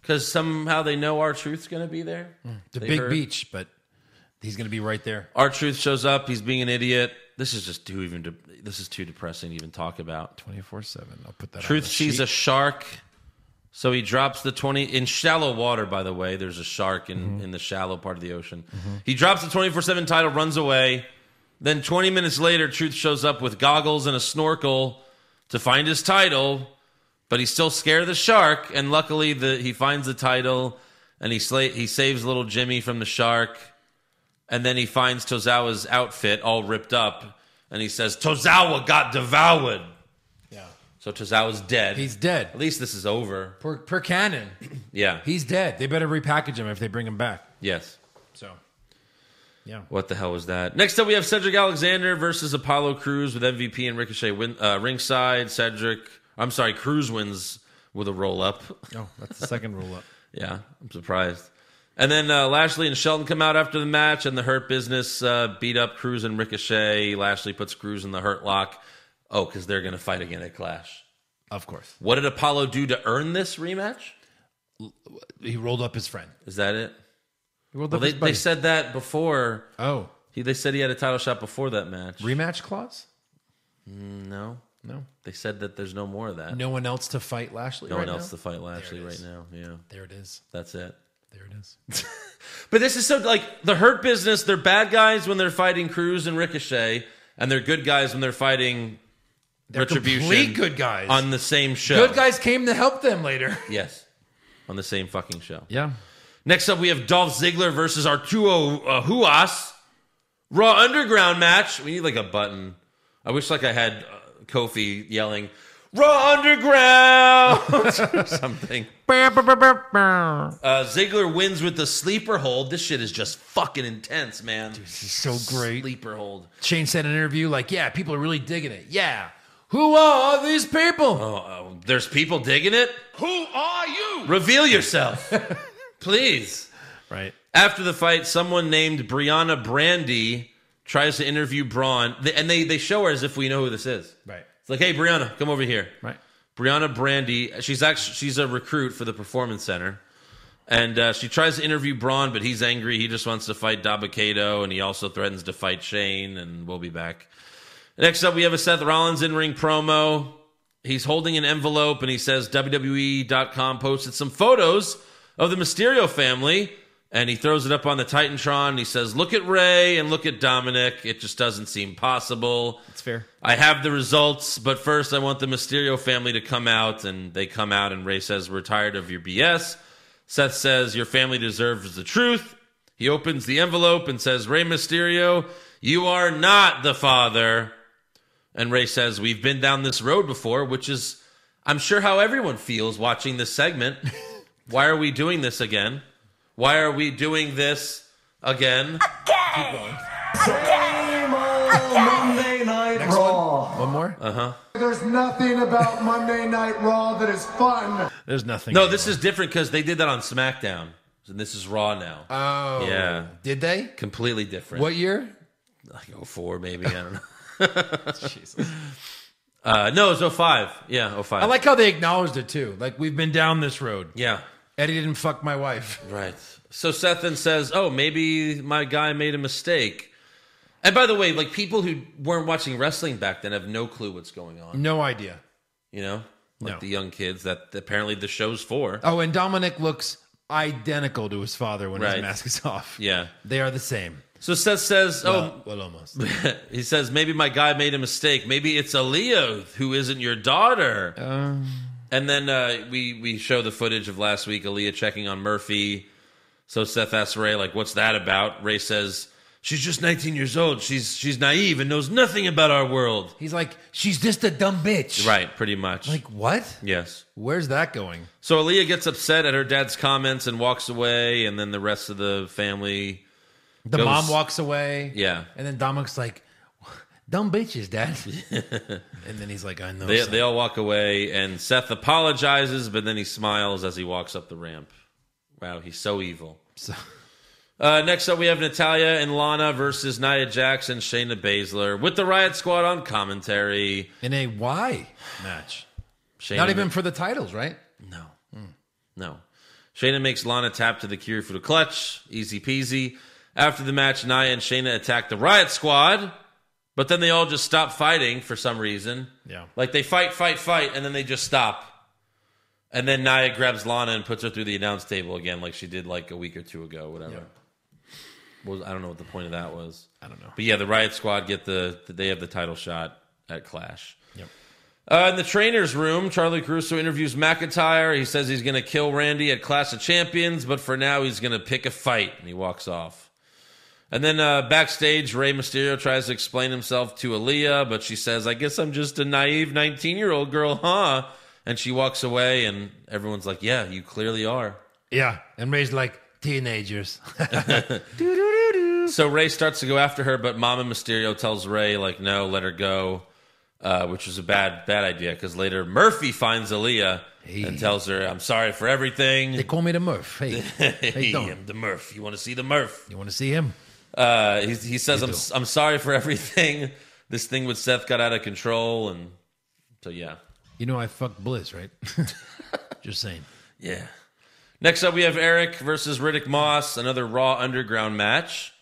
because somehow they know our truth's going to be there. Hmm. The They big heard- beach, but he's going to be right there. Our truth shows up. He's being an idiot. This is just too even. De- this is too depressing to even talk about. 24/7. I'll put that on Truth the sees sheet. a shark, so he drops the 20 in shallow water, by the way. There's a shark in, in the shallow part of the ocean. He drops the 24 7 title, runs away. Then 20 minutes later, Truth shows up with goggles and a snorkel to find his title, but he's still scared of the shark. And luckily, the, he finds the title and he, sla- he saves little Jimmy from the shark. And then he finds Tozawa's outfit all ripped up and he says, Tozawa got devoured. Yeah. So Tozawa's dead. He's At dead. least this is over. Per, per canon, Yeah. he's dead. They better repackage him if they bring him back. yes. So yeah. What the hell was that? Next up, we have Cedric Alexander versus Apollo Cruz with MVP and Ricochet win, uh, ringside. Cedric, I'm sorry, Cruz wins with a roll up. Oh, that's the second rule up. yeah, I'm surprised. And then uh, Lashley and Shelton come out after the match, and the Hurt Business uh, beat up Cruz and Ricochet. Lashley puts Cruz in the Hurt Lock. Oh, because they're going to fight again at Clash. Of course. What did Apollo do to earn this rematch? He rolled up his friend. Is that it? Well, Well, they, they said that before. Oh, He, they said he had a title shot before that match. rematch clause? no, No. they said that there's no more of that. No one else to fight Lashley. No right one else now? to fight Lashley There it right is. now. Yeah, There it is. that's it. There it is. But this is so like the Hurt Business. They're bad guys when they're fighting Cruz and Ricochet, and they're good guys when they're fighting Retribution. complete good guys. on the same show. Good guys came to help them later. yes, on the same fucking show. Yeah. Next up, we have Dolph Ziggler versus Arturo uh, Huas. Raw Underground match. We need like a button. I wish like I had uh, Kofi yelling Raw Underground or something. Uh, Ziggler wins with the sleeper hold. This shit is just fucking intense, man. He's so great. Sleeper hold. Shane said in an interview, like, yeah, people are really digging it. Yeah. Who are all these people? Oh, oh, there's people digging it. Who are you? Reveal yourself, please. Right. After the fight, someone named Brianna Brandy tries to interview Braun, They- and they, they show her as if we know who this is. Right. It's like, hey, Brianna, come over here. Right. Brianna Brandy, she's actually she's a recruit for the Performance Center, and uh, she tries to interview Braun, but he's angry. He just wants to fight Dabakato, and he also threatens to fight Shane. And we'll be back. Next up, we have a Seth Rollins in ring promo. He's holding an envelope, and he says WWE.com posted some photos of the Mysterio family, and he throws it up on the Titantron. And he says, "Look at Ray and look at Dominic. It just doesn't seem possible." It's fair. I have the results, but first I want the Mysterio family to come out, and they come out, and Ray says, We're tired of your BS. Seth says, Your family deserves the truth. He opens the envelope and says, Ray Mysterio, you are not the father. And Ray says, We've been down this road before, which is, I'm sure, how everyone feels watching this segment. Why are we doing this again? Why are we doing this again? Same old Monday Night Raw. One more? Uh, There's nothing about Monday Night Raw that is fun. There's nothing. No, this is different because they did that on SmackDown. And this is Raw now. oh. Yeah. Did they? Completely different. What year? Like 04, maybe. I don't know. Uh, no, it was 05. Yeah, 05. I like how they acknowledged it too. Like we've been down this road. Yeah, Eddie didn't fuck my wife. right. So Seth then says, oh, maybe my guy made a mistake. And by the way, like people who weren't watching wrestling back then have no clue what's going on, No idea. you know? Like No. the young kids that apparently the show's for. Oh, and Dominic looks identical to his father when Right. his mask is off. Yeah. They are the same. So Seth says, oh, Well, well, almost. he says, maybe my guy made a mistake. Maybe it's Aaliyah who isn't your daughter. uh, and then uh, we we show the footage of last week, Aaliyah checking on Murphy. So Seth asks Ray, like, what's that about? Ray says, She's just 19 years old. She's she's naive and knows nothing about our world. He's like, she's just a dumb bitch. Right, pretty much. Like, what? yes. Where's that going? So Aaliyah gets upset at her dad's comments and walks away, and then the rest of the family. The Goes- mom walks away. Yeah. And then Dominic's like, dumb bitches, dad. and then he's like, I know. They, son. they all walk away, and Seth apologizes, but then he smiles as he walks up the ramp. Wow, he's so evil. So- Uh, next up, we have Natalia and Lana versus Nia Jax and Shayna Baszler with the Riot Squad on commentary. in a why match. Shayna Not even Hmm. for the titles, right? No. No. Shayna makes Lana tap to the cure for the clutch. Easy peasy. After the match, Nia and Shayna attack the Riot Squad, but then they all just stop fighting for some reason. Yeah. Like they fight, fight, fight, and then they just stop. And then Nia grabs Lana and puts her through the announce table again, like she did like a week or two ago, whatever. What was- I don't know what the point of that was. I don't know. But yeah, the Riot Squad get the they have the title shot at Clash. Yep. Uh, in the trainer's room, Charlie Caruso interviews McIntyre. He says he's going to kill Randy at Clash of Champions, but for now he's going to pick a fight, and he walks off. And then uh, backstage, Rey Mysterio tries to explain himself to Aaliyah, but she says, I guess I'm just a naive 19 year old girl, huh? And she walks away, and everyone's like, Yeah, you clearly are. Yeah. And Ray's like, teenagers. So Ray starts to go after her, but Mama Mysterio tells Ray, like, no, let her go, uh, which was a bad bad idea because later Murphy finds Aaliyah and tells her, I'm sorry for they everything. call me the Murph. Hey, hey, Dom. I'm the Murph. You want to see the Murph? You want to see him? Uh, he, he says, I'm, do. I'm sorry for everything. This thing with Seth got out of control. And so, yeah. You know I fucked Bliss, right? Just saying. Yeah. Next up, we have Eric versus Riddick Moss, another Raw Underground match.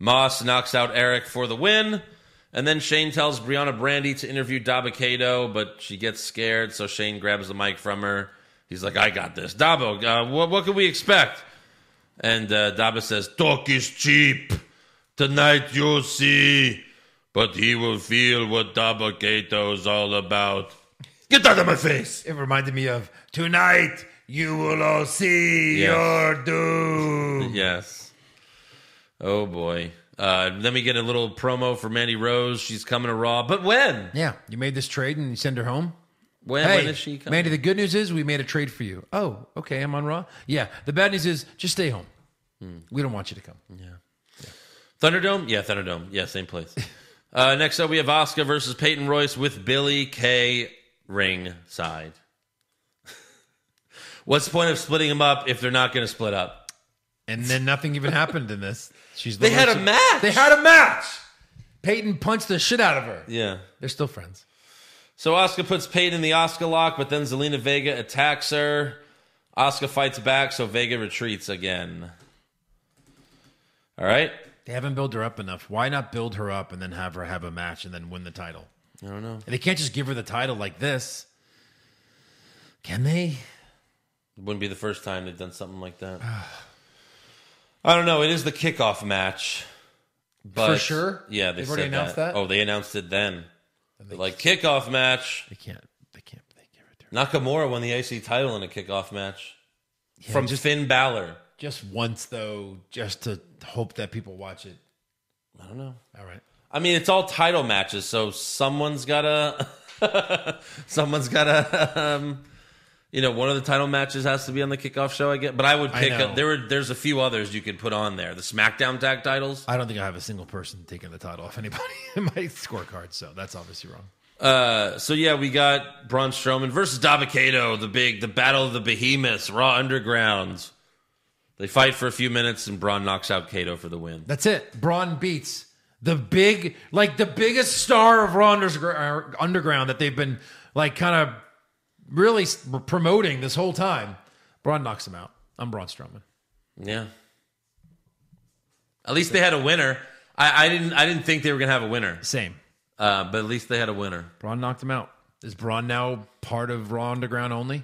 Moss knocks out Eric for the win. And then Shane tells Brianna Brandy to interview Daba Kato, but she gets scared, so Shane grabs the mic from her. He's like, I got this. Dabo, uh, what, what can we expect? And uh, Daba says, Talk is cheap. Tonight you'll see, but he will feel what Daba Kato is all about. Get out of my face. It reminded me of tonight. You will all see Yes. your Mm-hmm. doom. Yes. Oh boy. Uh, then we get a little promo for Mandy Rose. She's coming to Raw, but when? Yeah, you made this trade and you send her home. When, Hey, when is she coming? Mandy, the good news is we made a trade for you. Oh, okay, I'm on Raw. Yeah, the bad news is just stay home. We don't want you to come. Thunderdome? Yeah, Thunderdome. Yeah, same place. uh, next up, we have Oscar versus Peyton Royce with Billy K. Ringside. What's the point of splitting them up if they're not going to split up? And then nothing even happened in this. She's They had a match. They had a match. Peyton punched the shit out of her. Yeah. They're still friends. So Oscar puts Peyton in the Oscar lock, but then Zelina Vega attacks her. Oscar fights back, so Vega retreats again. All right. They haven't built her up enough. Why not build her up and then have her have a match and then win the title? I don't know. And they can't just give her the title like this. Can they? Wouldn't be the first time they've done something like that. I don't know. It is the kickoff match. But For sure? Yeah, they They've said already announced that? Oh, they announced it then. Like kickoff match. They can't. They can't. They give it to her. Nakamura won the AC title in a kickoff match from Finn Balor. Just once though, just to hope that people watch it. I don't know. All right. I mean, it's all title matches, so someone's gotta, someone's gotta, um, you know, one of the title matches has to be on the kickoff show. I get, but I would I pick. A, know. there were there's a few others you could put on there. The SmackDown tag titles. I don't think I have a single person taking the title off anybody in my scorecard, so that's obviously wrong. Uh, so yeah, we got Braun Strowman versus Dabakato, the big, the battle of the behemoths, Raw Undergrounds. They fight for a few minutes, and Braun knocks out Kato for the win. That's it. Braun beats the big, like the biggest star of Raw Undergr- Underground that they've been like kind of really s- promoting this whole time. Braun knocks him out. I'm Braun Strowman. Yeah. At least they had a winner. I, I didn't. I didn't think they were gonna have a winner, Same. uh, but at least they had a winner. Braun knocked him out. Is Braun now part of Raw Underground only?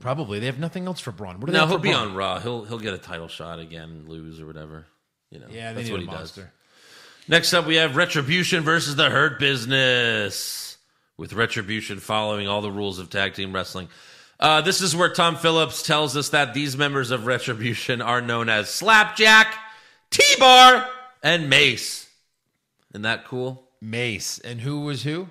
Probably. They have nothing else for Braun. What do they Mm. No, have he'll for be Braun? on Raw. He'll he'll get a title shot again, and lose or whatever. You know, Yeah, they that's need what a he monster. does. Next up, we have Retribution versus the Hurt Business, with Retribution following all the rules of tag team wrestling. Uh, this is where Tom Phillips tells us that these members of Retribution are known as Slapjack, T Bar, and Mace. Isn't that cool? Mace. And who was who?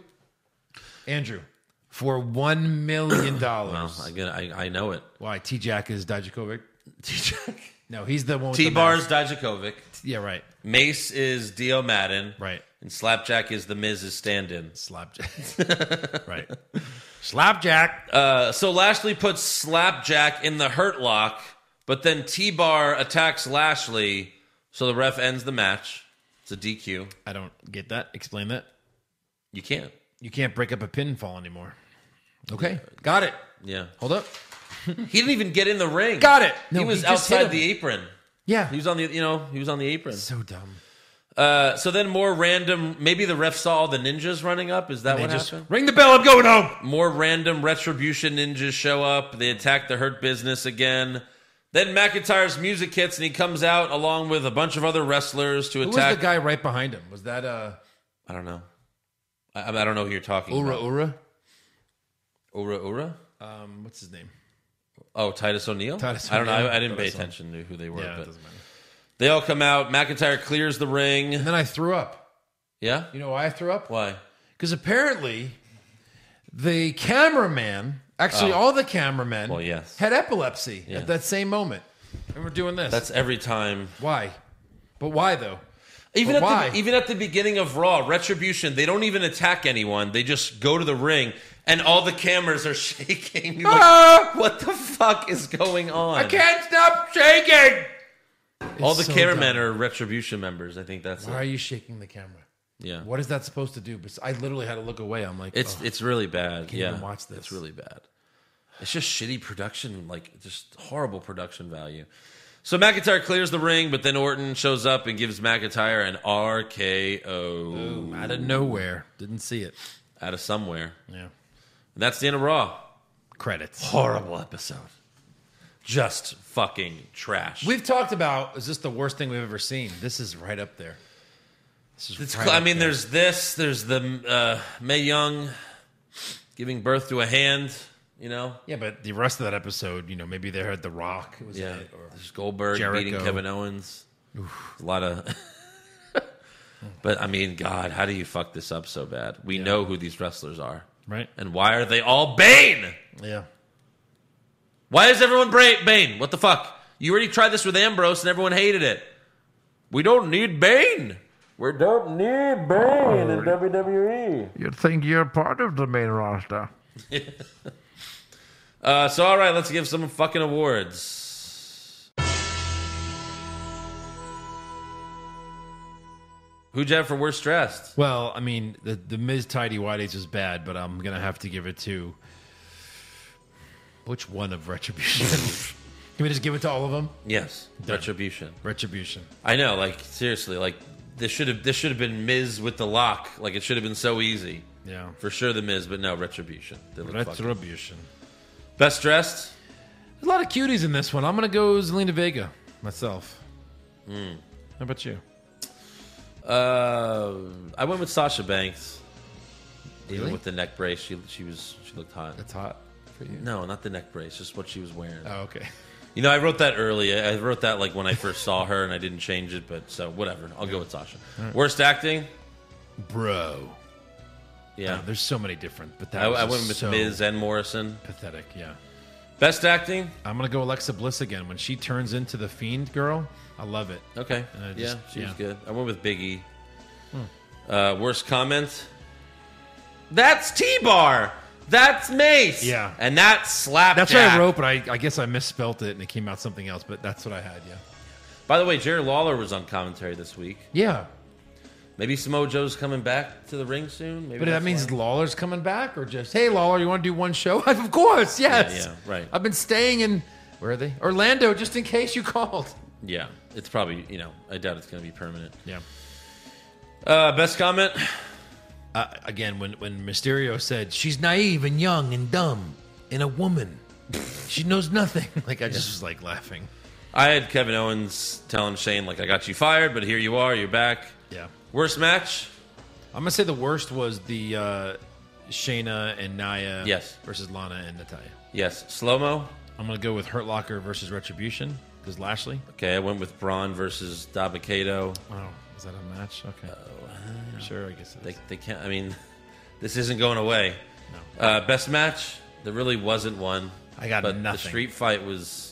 Andrew. For one million dollars. I, get, I, I know it. Why? T Jack is Dijakovic. T-Jack. No, he's the one. with the T Bar is Dijakovic. mask. Yeah, right. Mace is Dio Madden. Right. And Slapjack is the Miz's stand in. Slapjack. right. Slapjack. Uh, so Lashley puts Slapjack in the hurt lock, but then T Bar attacks Lashley, so the ref ends the match. It's a DQ. I don't get that. Explain that. You can't. You can't break up a pinfall anymore. Okay. Got it. Yeah. Hold up. He didn't even get in the ring. Got it. he No, was he just hit outside him. the apron. Yeah. He was on the you know, he was on the apron. so dumb. Uh, so then more random maybe the ref saw all the ninjas running up. Is that what They just happened? ring the bell. I'm going home. More random retribution ninjas show up. They attack the Hurt Business again. Then McIntyre's music hits and he comes out along with a bunch of other wrestlers to Who was attack. the guy right behind him? Was that uh, I don't know. I, I don't know who you're talking Ura about. Ura? Ura Ura? Um, what's his name? Oh, Titus O'Neil? Titus I don't know. O'Neil. I, I didn't pay Titus O'Neil. attention to who they were. Yeah, it but doesn't matter. they all come out. McIntyre clears the ring. And then I threw up. Yeah? You know why I threw up? Why? Because apparently, the cameraman, actually all the cameramen, Oh. Well, yes. had epilepsy Yeah. at that same moment, and we're doing this. That's every time. why, but why though? Even But at why? the, even at the beginning of Raw, Retribution, they don't even attack anyone. They just go to the ring and all the cameras are shaking. Like, Ah! what the fuck is going on? I can't stop shaking. all the It's so cameramen dumb. are Retribution members. I think that's Why it. are you shaking the camera? Yeah. What is that supposed to do? But I literally had to look away. I'm like, It's "Ugh." it's really bad. yeah, Oh. even watch this. It's really bad. It's just shitty production, like just horrible production value. So McIntyre clears the ring, but then Orton shows up and gives McIntyre an RKO oh, out of nowhere. Didn't see it. out of somewhere. Yeah. And that's the end of Raw. Credits. Horrible episode. Just fucking trash. We've talked about is this the worst thing we've ever seen? This is right up there. This is It's right cl- I up mean, there. there's this. There's the uh, May Young giving birth to a hand. You know, yeah, but the rest of that episode, you know, maybe they had The Rock. It was Yeah, in it, or there's Goldberg Jericho. beating Kevin Owens. A lot of. but I mean, God, how do you fuck this up so bad? We know who these wrestlers are, right? and why are they all Bane? Yeah, Why is everyone Bra- Bane? What the fuck? You already tried this with Ambrose, and everyone hated it. We don't need Bane. We don't need Bane in E. WWE. You Oh, think you're part of the main roster? Uh, so, all right, let's give some fucking awards. Who'd you have for worst dressed? Well, I mean, the the Miz Tidy Whiteys was bad, but I'm gonna have to give it to which one of Retribution? Can we just give it to all of them? Yes, Retribution. Retribution. I know, like seriously, like this should have this should have been Miz with the lock. Like it should have been so easy. Yeah, For sure, the Miz, but no Retribution. They look fucking- Retribution. Best dressed. There's a lot of cuties in this one. I'm gonna go Zelina Vega myself. Hmm. How about you? Uh, I went with Sasha Banks. Even Really? with the neck brace, she she was she looked hot. That's hot for you. No, not the neck brace, just what she was wearing. Oh, okay. You know, I wrote that early. I I wrote that like when I first saw her, and I didn't change it. But so whatever, I'll go with Sasha. Worst acting, Bro. yeah, There's so many different, but that I, was I just went with so Miz and Morrison. pathetic. Yeah. Best acting, I'm gonna go Alexa Bliss again. When she turns into the fiend girl, I love it. okay, Uh, yeah, just- she was yeah. Hmm. good. I went with Biggie. Uh, worst comment, that's T Bar, that's Mace, Yeah. and that's Slapjack. That's what I wrote, but I, I guess I misspelt it and it came out something else. But that's what I had. Yeah. By the way, Jerry Lawler was on commentary this week. Yeah. Maybe Samoa Joe's coming back to the ring soon. Maybe But that that's means why. Lawler's coming back, or just hey Lawler, you want to do one show? of course, yes. yeah, right. I've been staying in where are they? Orlando, just in case you called. yeah, it's probably you know I doubt it's going to be permanent. Yeah. Uh, best comment. Uh, again, when when Mysterio said she's naive and young and dumb and a woman, she knows nothing. Like I just was like laughing. I had Kevin Owens telling Shane, like, I got you fired, but here you are, you're back. Yeah. Worst match? I'm gonna say the worst was the uh, Shayna and Naya. Yes. Versus Lana and Natalia. Yes, slow mo. I'm going to go with Hurt Locker versus Retribution because Lashley. Okay, I went with Braun versus Dabakato. Oh, is that a match? Okay. sure, Oh, I guess it They, is. they can't. I mean, this isn't going away. No. Uh, best match. There really wasn't one. I got but The nothing. street fight was.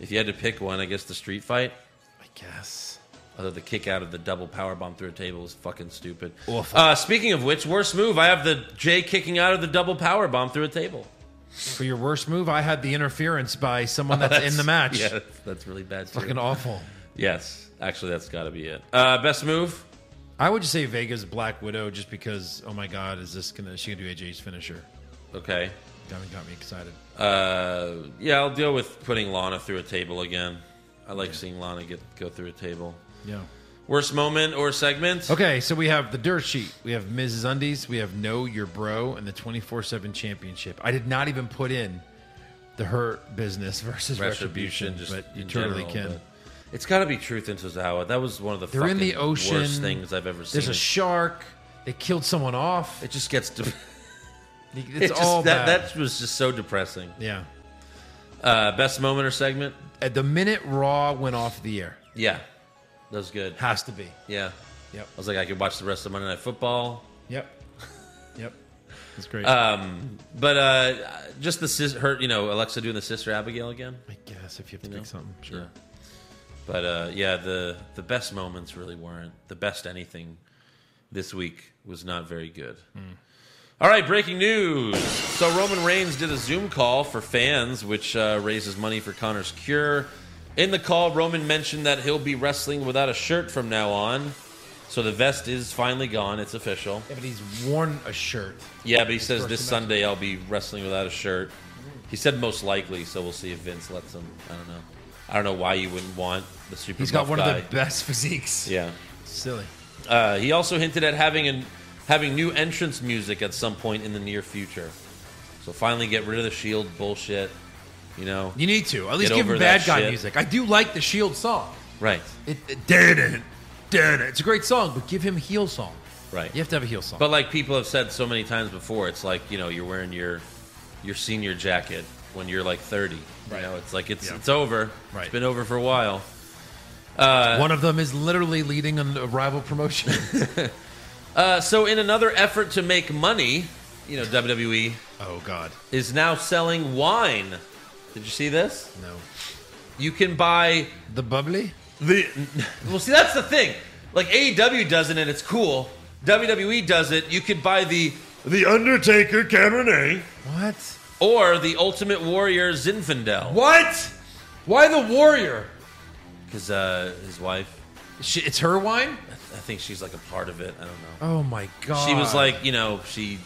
If you had to pick one, I guess the street fight. I guess. Although the kick out of the double power bomb through a table is fucking stupid. Awful. Uh, speaking of which, worst move. I have the J kicking out of the double power bomb through a table. For your worst move, I had the interference by someone that's, That's- in the match. Yeah, that's, that's really bad. too. Fucking awful. Yes, actually, that's got to be it. Uh, best move. I would just say Vega's Black Widow just because, oh my God, is this going to, she going to do AJ's finisher? Okay. That one got me excited. Uh, yeah, I'll deal with putting Lana through a table again. I like seeing Lana get go through a table. Yeah. Worst moment or segment? Okay, so we have the dirt sheet. We have Mrs. Undies. We have Know Your Bro and the 24 7 championship. I did not even put in the Hurt Business versus Retribution, Retribution, just but you in totally general, can. but It's got to be Truth and Tozawa. That was one of the They're in the fucking ocean. worst things I've ever seen. There's a shark. They killed someone off. it just gets. De- It's it just, all that, bad. That was just so depressing. yeah. Uh, best moment or segment? At Uh, the minute Raw went off the air, Yeah, that was good. has to be. Yeah, Yep. I was like, I could watch the rest of Monday Night Football. Yep. Yep. That's great. Um, but uh, just the sis- her, you know, Alexa doing the sister Abigail again. I guess if you have to you know? pick something, sure. Yeah. But uh, yeah, the the best moments really weren't the best. Anything this week was not very good. Hmm. All right, breaking news. So Roman Reigns did a Zoom call for fans, which uh, raises money for Connor's cure. In the call, Roman mentioned that he'll be wrestling without a shirt from now on. So the vest is finally gone. It's official. Yeah, but he's worn a shirt. Yeah, but he says this Sunday I'll be wrestling without a shirt. He said most likely, so we'll see if Vince lets him. I don't know. I don't know why you wouldn't want the super. He's got buff one guy. of the best physiques. Yeah. Silly. Uh, he also hinted at having an, having new entrance music at some point in the near future. So finally, get rid of the Shield bullshit. You know, You need to. At least Get give over him bad that guy shit. music. I do like the Shield song. right, It, it did it. Did it. It's a great song, but give him heel song. right. You have to have a heel song. But like people have said so many times before, it's like you know you're wearing your your senior jacket when you're like 30. Right. You know, it's like it's Yeah. it's over. Right. It's been over for a while. one of them is literally leading an- a rival promotion. Uh, so in another effort to make money, you know WWE oh God, is now selling wine. Did you see this? no. You can buy The bubbly. The well, see, that's the thing. Like AEW does it, and it's cool. WWE does it. You could buy the The Undertaker Cabernet. What? or the Ultimate Warrior Zinfandel. What? Why the warrior? Because uh, his wife, She, it's her wine. I think she's like a part of it. I don't know. Oh my God. She was like, you know, she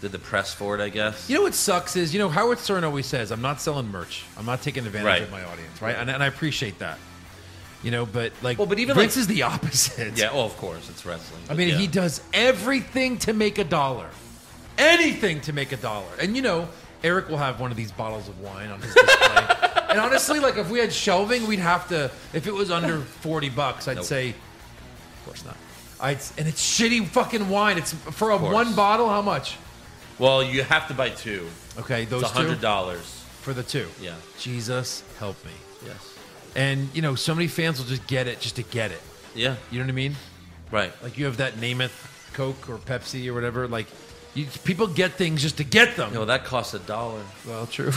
did the press for it, I guess. You know what sucks is, you know, Howard Stern always says, I'm not selling merch. I'm not taking advantage Right. of my audience, right? And, and I appreciate that. You know, but like, Well, but even, Vince like- is the opposite. Yeah. Well, of course, it's wrestling. I mean, Yeah. he does everything to make a dollar. Anything to make a dollar. And you know, Eric will have one of these bottles of wine on his display. and honestly, like if we had shelving, we'd have to if it was under 40 bucks, I'd Nope. say of course not. I'd and it's shitty fucking wine. It's for a course. one bottle, how much? Well, you have to buy two. Okay, It's those a two hundred dollars. for the two. Yeah. Jesus help me. Yes. And you know, so many fans will just get it just to get it. Yeah. You know what I mean? Right. Like you have that Namath Coke or Pepsi or whatever. Like you, people get things just to get them. No, that costs a dollar. Well, true.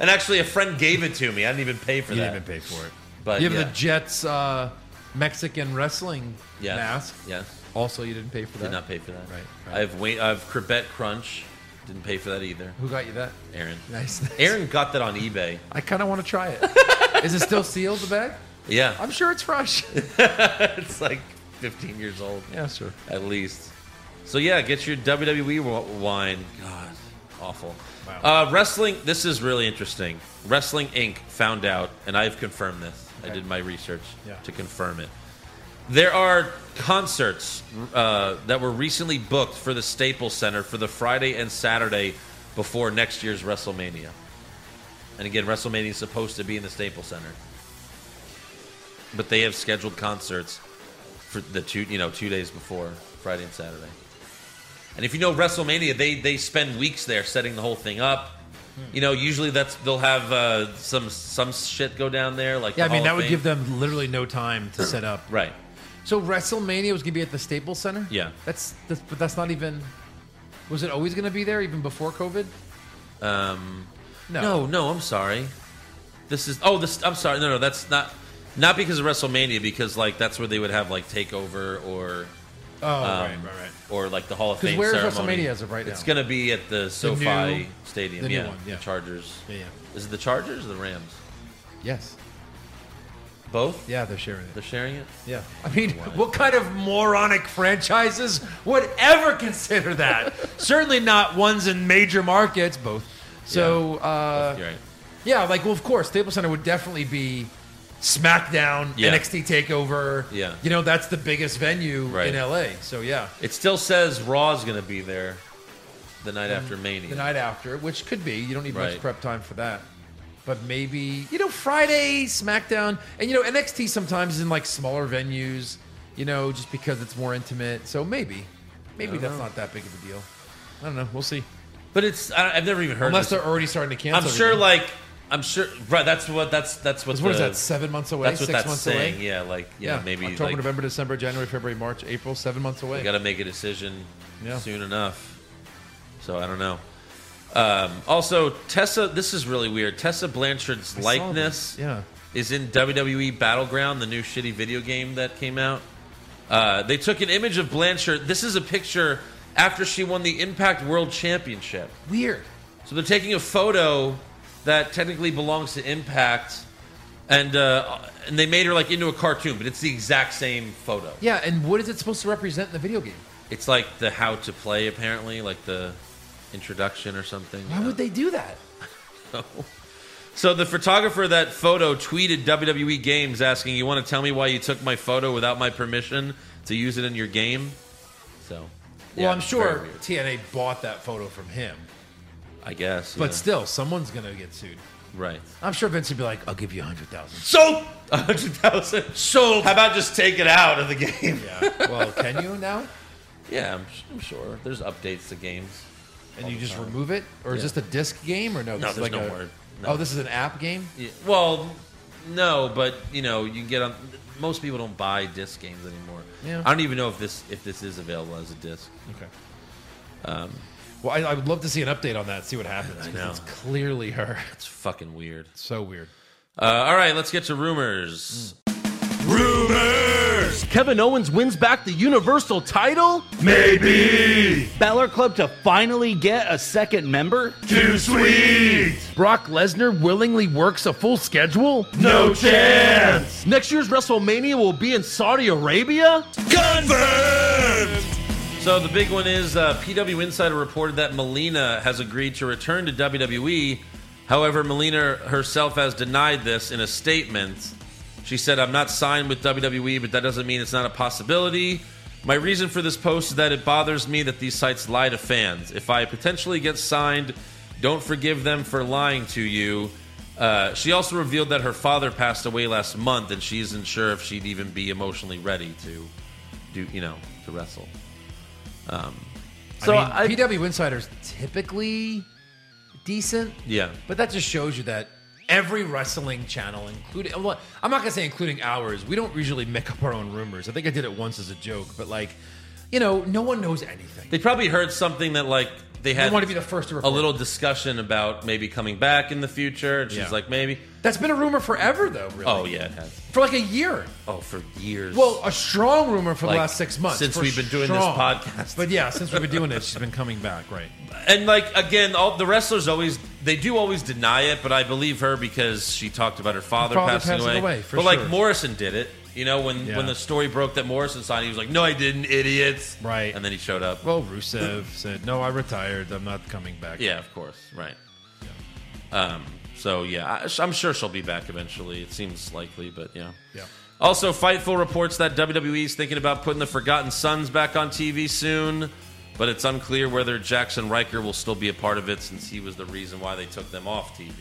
And actually, a friend gave it to me. I didn't even pay for you that. didn't even pay for it. But you have yeah. the Jets uh, Mexican wrestling Yes. mask. Yes. Also, you didn't pay for that. Did not pay for that. Right, right. I have wait. I have Crevette Crunch. Didn't pay for that either. Who got you that? Aaron. Nice. nice. Aaron got that on eBay. I kind of want to try it. Is it still sealed? The bag? Yeah, I'm sure it's fresh. it's like 15 years old yeah, sure. at least. So yeah, get your WWE w- wine. God, awful. Uh, wrestling. This is really interesting. Wrestling Inc. found out, and I've confirmed this. I did my research Yeah. to confirm it. There are concerts uh, that were recently booked for the Staples Center for the Friday and Saturday before next year's WrestleMania. And again, WrestleMania is supposed to be in the Staples Center, but they have scheduled concerts for the two, you know, two days before Friday and Saturday. And if you know WrestleMania, they they spend weeks there setting the whole thing up. Hmm. You know, usually that's they'll have uh, some some shit go down there. Like Yeah, I the mean, Hall that of would Fame. give them literally no time to set up. right. So WrestleMania was going to be at the Staples Center? Yeah. That's, that's but that's not even Was it always going to be there even before COVID? Um, No. no, no, I'm sorry. This is oh, this I'm sorry. No, no, that's not not because of WrestleMania. Because like that's where they would have like Takeover or Oh, right, right, um, right. or like the Hall of 'Cause Fame where's ceremony. WrestleMania as of right It's now? gonna be at the SoFi new- Stadium. the new yeah, one, yeah. Chargers. Yeah, yeah. Is it the Chargers or the Rams? Yes. Both. Yeah, they're sharing it. They're sharing it. Yeah. I mean, what kind of moronic franchises would ever consider that? Certainly not ones in major markets, both. So, uh, You're right. yeah, like, well, of course, Staples Center would definitely be SmackDown, Yeah. NXT TakeOver. Yeah. You know, that's the biggest venue in Right. LA. So, yeah, It still says Raw's gonna be there the night after Mania. the night after, which could be. You don't need Right. much prep time for that. But maybe, you know, Friday, SmackDown. And, you know, NXT sometimes is in like smaller venues, you know, just because it's more intimate. So maybe, maybe that's not that big of a deal. I don't know. We'll see. but it's I, I've never even heard. Unless this. they're already starting to I'm cancel. sure, everything. like I'm sure. Right. That's what. That's that's what. what is the- that? Seven months away? That's what six that's months saying. away? Yeah. Like you know, maybe October, like, November, December, January, February, March, April. Seven months away. We got to make a decision Yeah. soon enough. So I don't know. Um, also, Tessa, this is really weird. Tessa Blanchard's likeness yeah. is in WWE Battleground, the new shitty video game that came out. Uh, they took an image of Blanchard. This is a picture after she won the Impact World Championship. Weird. So they're taking a photo that technically belongs to Impact, and uh, and they made her like into a cartoon, but it's the exact same photo. Yeah, and what is it supposed to represent in the video game? It's like the how to play, apparently, like the introduction or something. Why would they do that? So the photographer of that photo tweeted WWE Games asking, "You want to tell me why you took my photo without my permission to use it in your game?" So, yeah, well, I'm it's very sure weird. TNA bought that photo from him, I guess, but yeah. still, someone's gonna get sued. right. I'm sure Vince would be like, "I'll give you a hundred thousand. Sold a hundred thousand. Sold. How about just take it out of the game? Yeah. well, can you now? Yeah, I'm, s- I'm sure. There's updates to games. And you just remove it, or is Yeah. this a disc game, or no? This No, is like there's no a, word. No. Oh, this is an app game. Yeah, Well, no, but you know, you can get on. Most people don't buy disc games anymore. Yeah. I don't even know if this if this is available as a disc. Okay. Um, well, I, I would love to see an update on that. See what happens. 'cause know. It's clearly her. It's fucking weird. so weird. Uh, all right, let's get to rumors. Kevin Owens wins back the Universal title? Maybe Balor Club to finally get a second member? too sweet. Brock Lesnar willingly works a full schedule? No chance. Next year's WrestleMania will be in Saudi Arabia? So the big one is uh, PW Insider reported that Melina has agreed to return to WWE. However, Melina herself has denied this in a statement. She said, "I'm not signed with WWE, but that doesn't mean it's not a possibility." My reason for this post is that it bothers me that these sites lie to fans. If I potentially get signed, don't forgive them for lying to you. Uh, she also revealed that her father passed away last month, and she isn't sure if she'd even be emotionally ready to do, you know, to wrestle. So I mean, I- PW Insider's typically decent, Yeah. but that just shows you that every wrestling channel, including well, I'm not gonna say including ours, we don't usually make up our own rumors. I think I did it once as a joke, but like, you know, no one knows anything. They probably heard something that like they had want to be the first to a report. little discussion about maybe coming back in the future. And she's Yeah. like, maybe. That's been a rumor forever, though. Really, Oh yeah, it has. for like a year. Oh, for years. Well, a strong rumor for Like, the last six months since for we've been doing this strong. podcast. But yeah, since we've been doing it, she's been coming back, right? and like again, all the wrestlers always they do always deny it, but I believe her because she talked about her father, Her father passing, passing away. away, for but sure. like Morrison did it. You know when Yeah. when the story broke that Morrison signed, he was like, "No, I didn't, idiots." Right. And then he showed up. Well, Rusev said, "No, I retired. I'm not coming back." Yeah, of course. Right. Um, so yeah, I, I'm sure she'll be back eventually. It seems likely, but yeah. Yeah. Also, Fightful reports that WWE is thinking about putting the Forgotten Sons back on TV soon, but it's unclear whether Jackson Riker will still be a part of it since he was the reason why they took them off TV.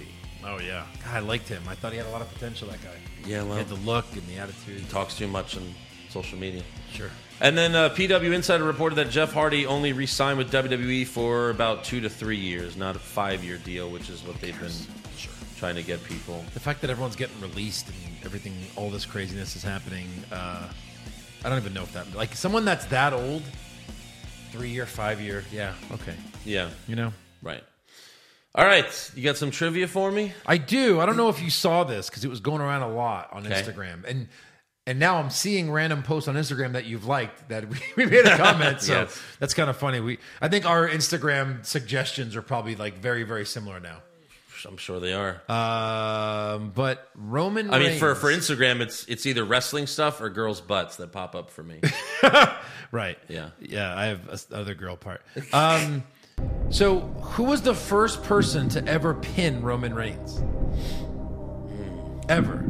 Oh yeah, God, I liked him. I thought he had a lot of potential. That guy. Yeah, He had the look and the attitude. talks too much and social media. Sure. And then uh, PW Insider reported that Jeff Hardy only re-signed with WWE for about two to three years, not a five-year deal, which is what they've been trying to get people. The fact that everyone's getting released and everything, all this craziness is happening. Uh, I don't even know if that like someone that's that old, three year, five year. Yeah. Okay. Yeah, You know. right. All right, you got some trivia for me? I do. I don't know if you saw this because it was going around a lot on Okay. Instagram, and and now I'm seeing random posts on Instagram that you've liked that we, we made a comment. So Yes. that's kind of funny. We I think our Instagram suggestions are probably like very very similar now. I'm sure they are. Um, but Roman. I mean, for, Reigns- for Instagram, it's it's either wrestling stuff or girls' butts that pop up for me. right? Yeah. yeah. I have a s- other girl part. Um, so who was the first person to ever pin Roman Reigns? Ever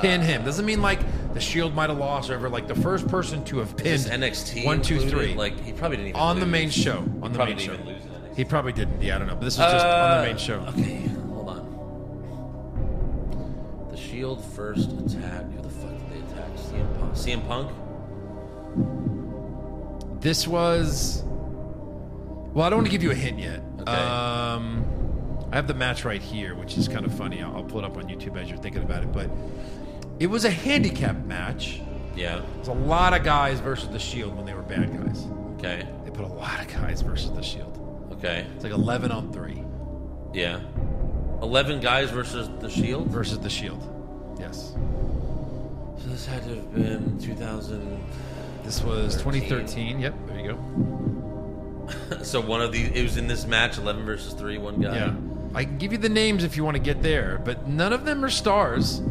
pin him doesn't mean like the Shield might have lost or ever. Like the first person to have pinned Is NXT one, two, three, included? Like he probably didn't even on the lose. main show. On the probably main didn't show, even lose in NXT. he probably didn't. Yeah, I don't know. But this was just on the main show. Uh, Okay, hold on. The Shield first attack. Who the fuck did they attack? CM Punk. CM Punk. This was. Well, I don't want to give you a hint yet. Okay. Um, I have the match right here, which is kind of funny. I'll, I'll pull it up on YouTube as you're thinking about it. But it was a handicap match. Yeah. It's a lot of guys versus the Shield when they were bad guys. Okay. They put a lot of guys versus the Shield. Okay. It's like 11 on 3 Yeah. Eleven guys versus the Shield. versus the Shield. Yes. So this had to have been 2000. This was 13. 2013. Yep, there you go. so one of these. It was in this match. Eleven versus three. One guy. Yeah. I can give you the names if you want to get there, but none of them are stars.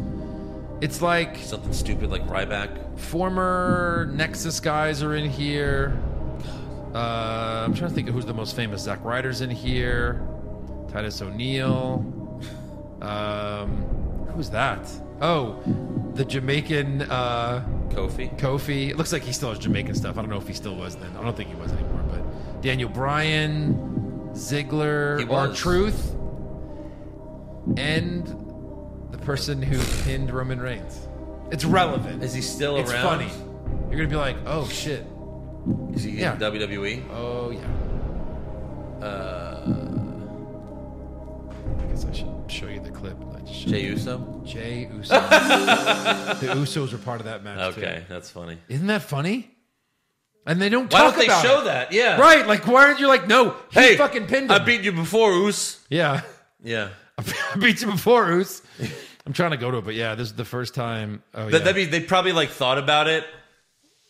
It's like Something stupid like Ryback. former Nexus guys are in here. Uh, I'm trying to think of who's the most famous. Zack Ryder's in here. Titus O'Neil. Um, who's that? Oh, the Jamaican uh, Kofi. Kofi. It looks like he still has Jamaican stuff. I don't know if he still was then. I don't think he was anymore. But Daniel Bryan, Ziggler, He or was. Truth, and the person who pinned Roman Reigns. It's relevant. Is he still It's around? funny. You're gonna be like, oh shit, Is he Yeah. in E? WWE? oh yeah. Uh, I guess I should show you the clip. I just showed Jey you. Uso. Jay Uso. the Usos were part of that match. too. Okay, that's funny. Isn't that funny? And they don't Why talk don't they about show it. that? Yeah. Right? Like, why aren't you like, no, he Hey, fucking pinned him. I beat you before, Oos. yeah, Yeah. I beat you before, Us. I'm trying to go to it, but yeah, this is the first time. Oh yeah, That, that'd be, they probably like thought about it.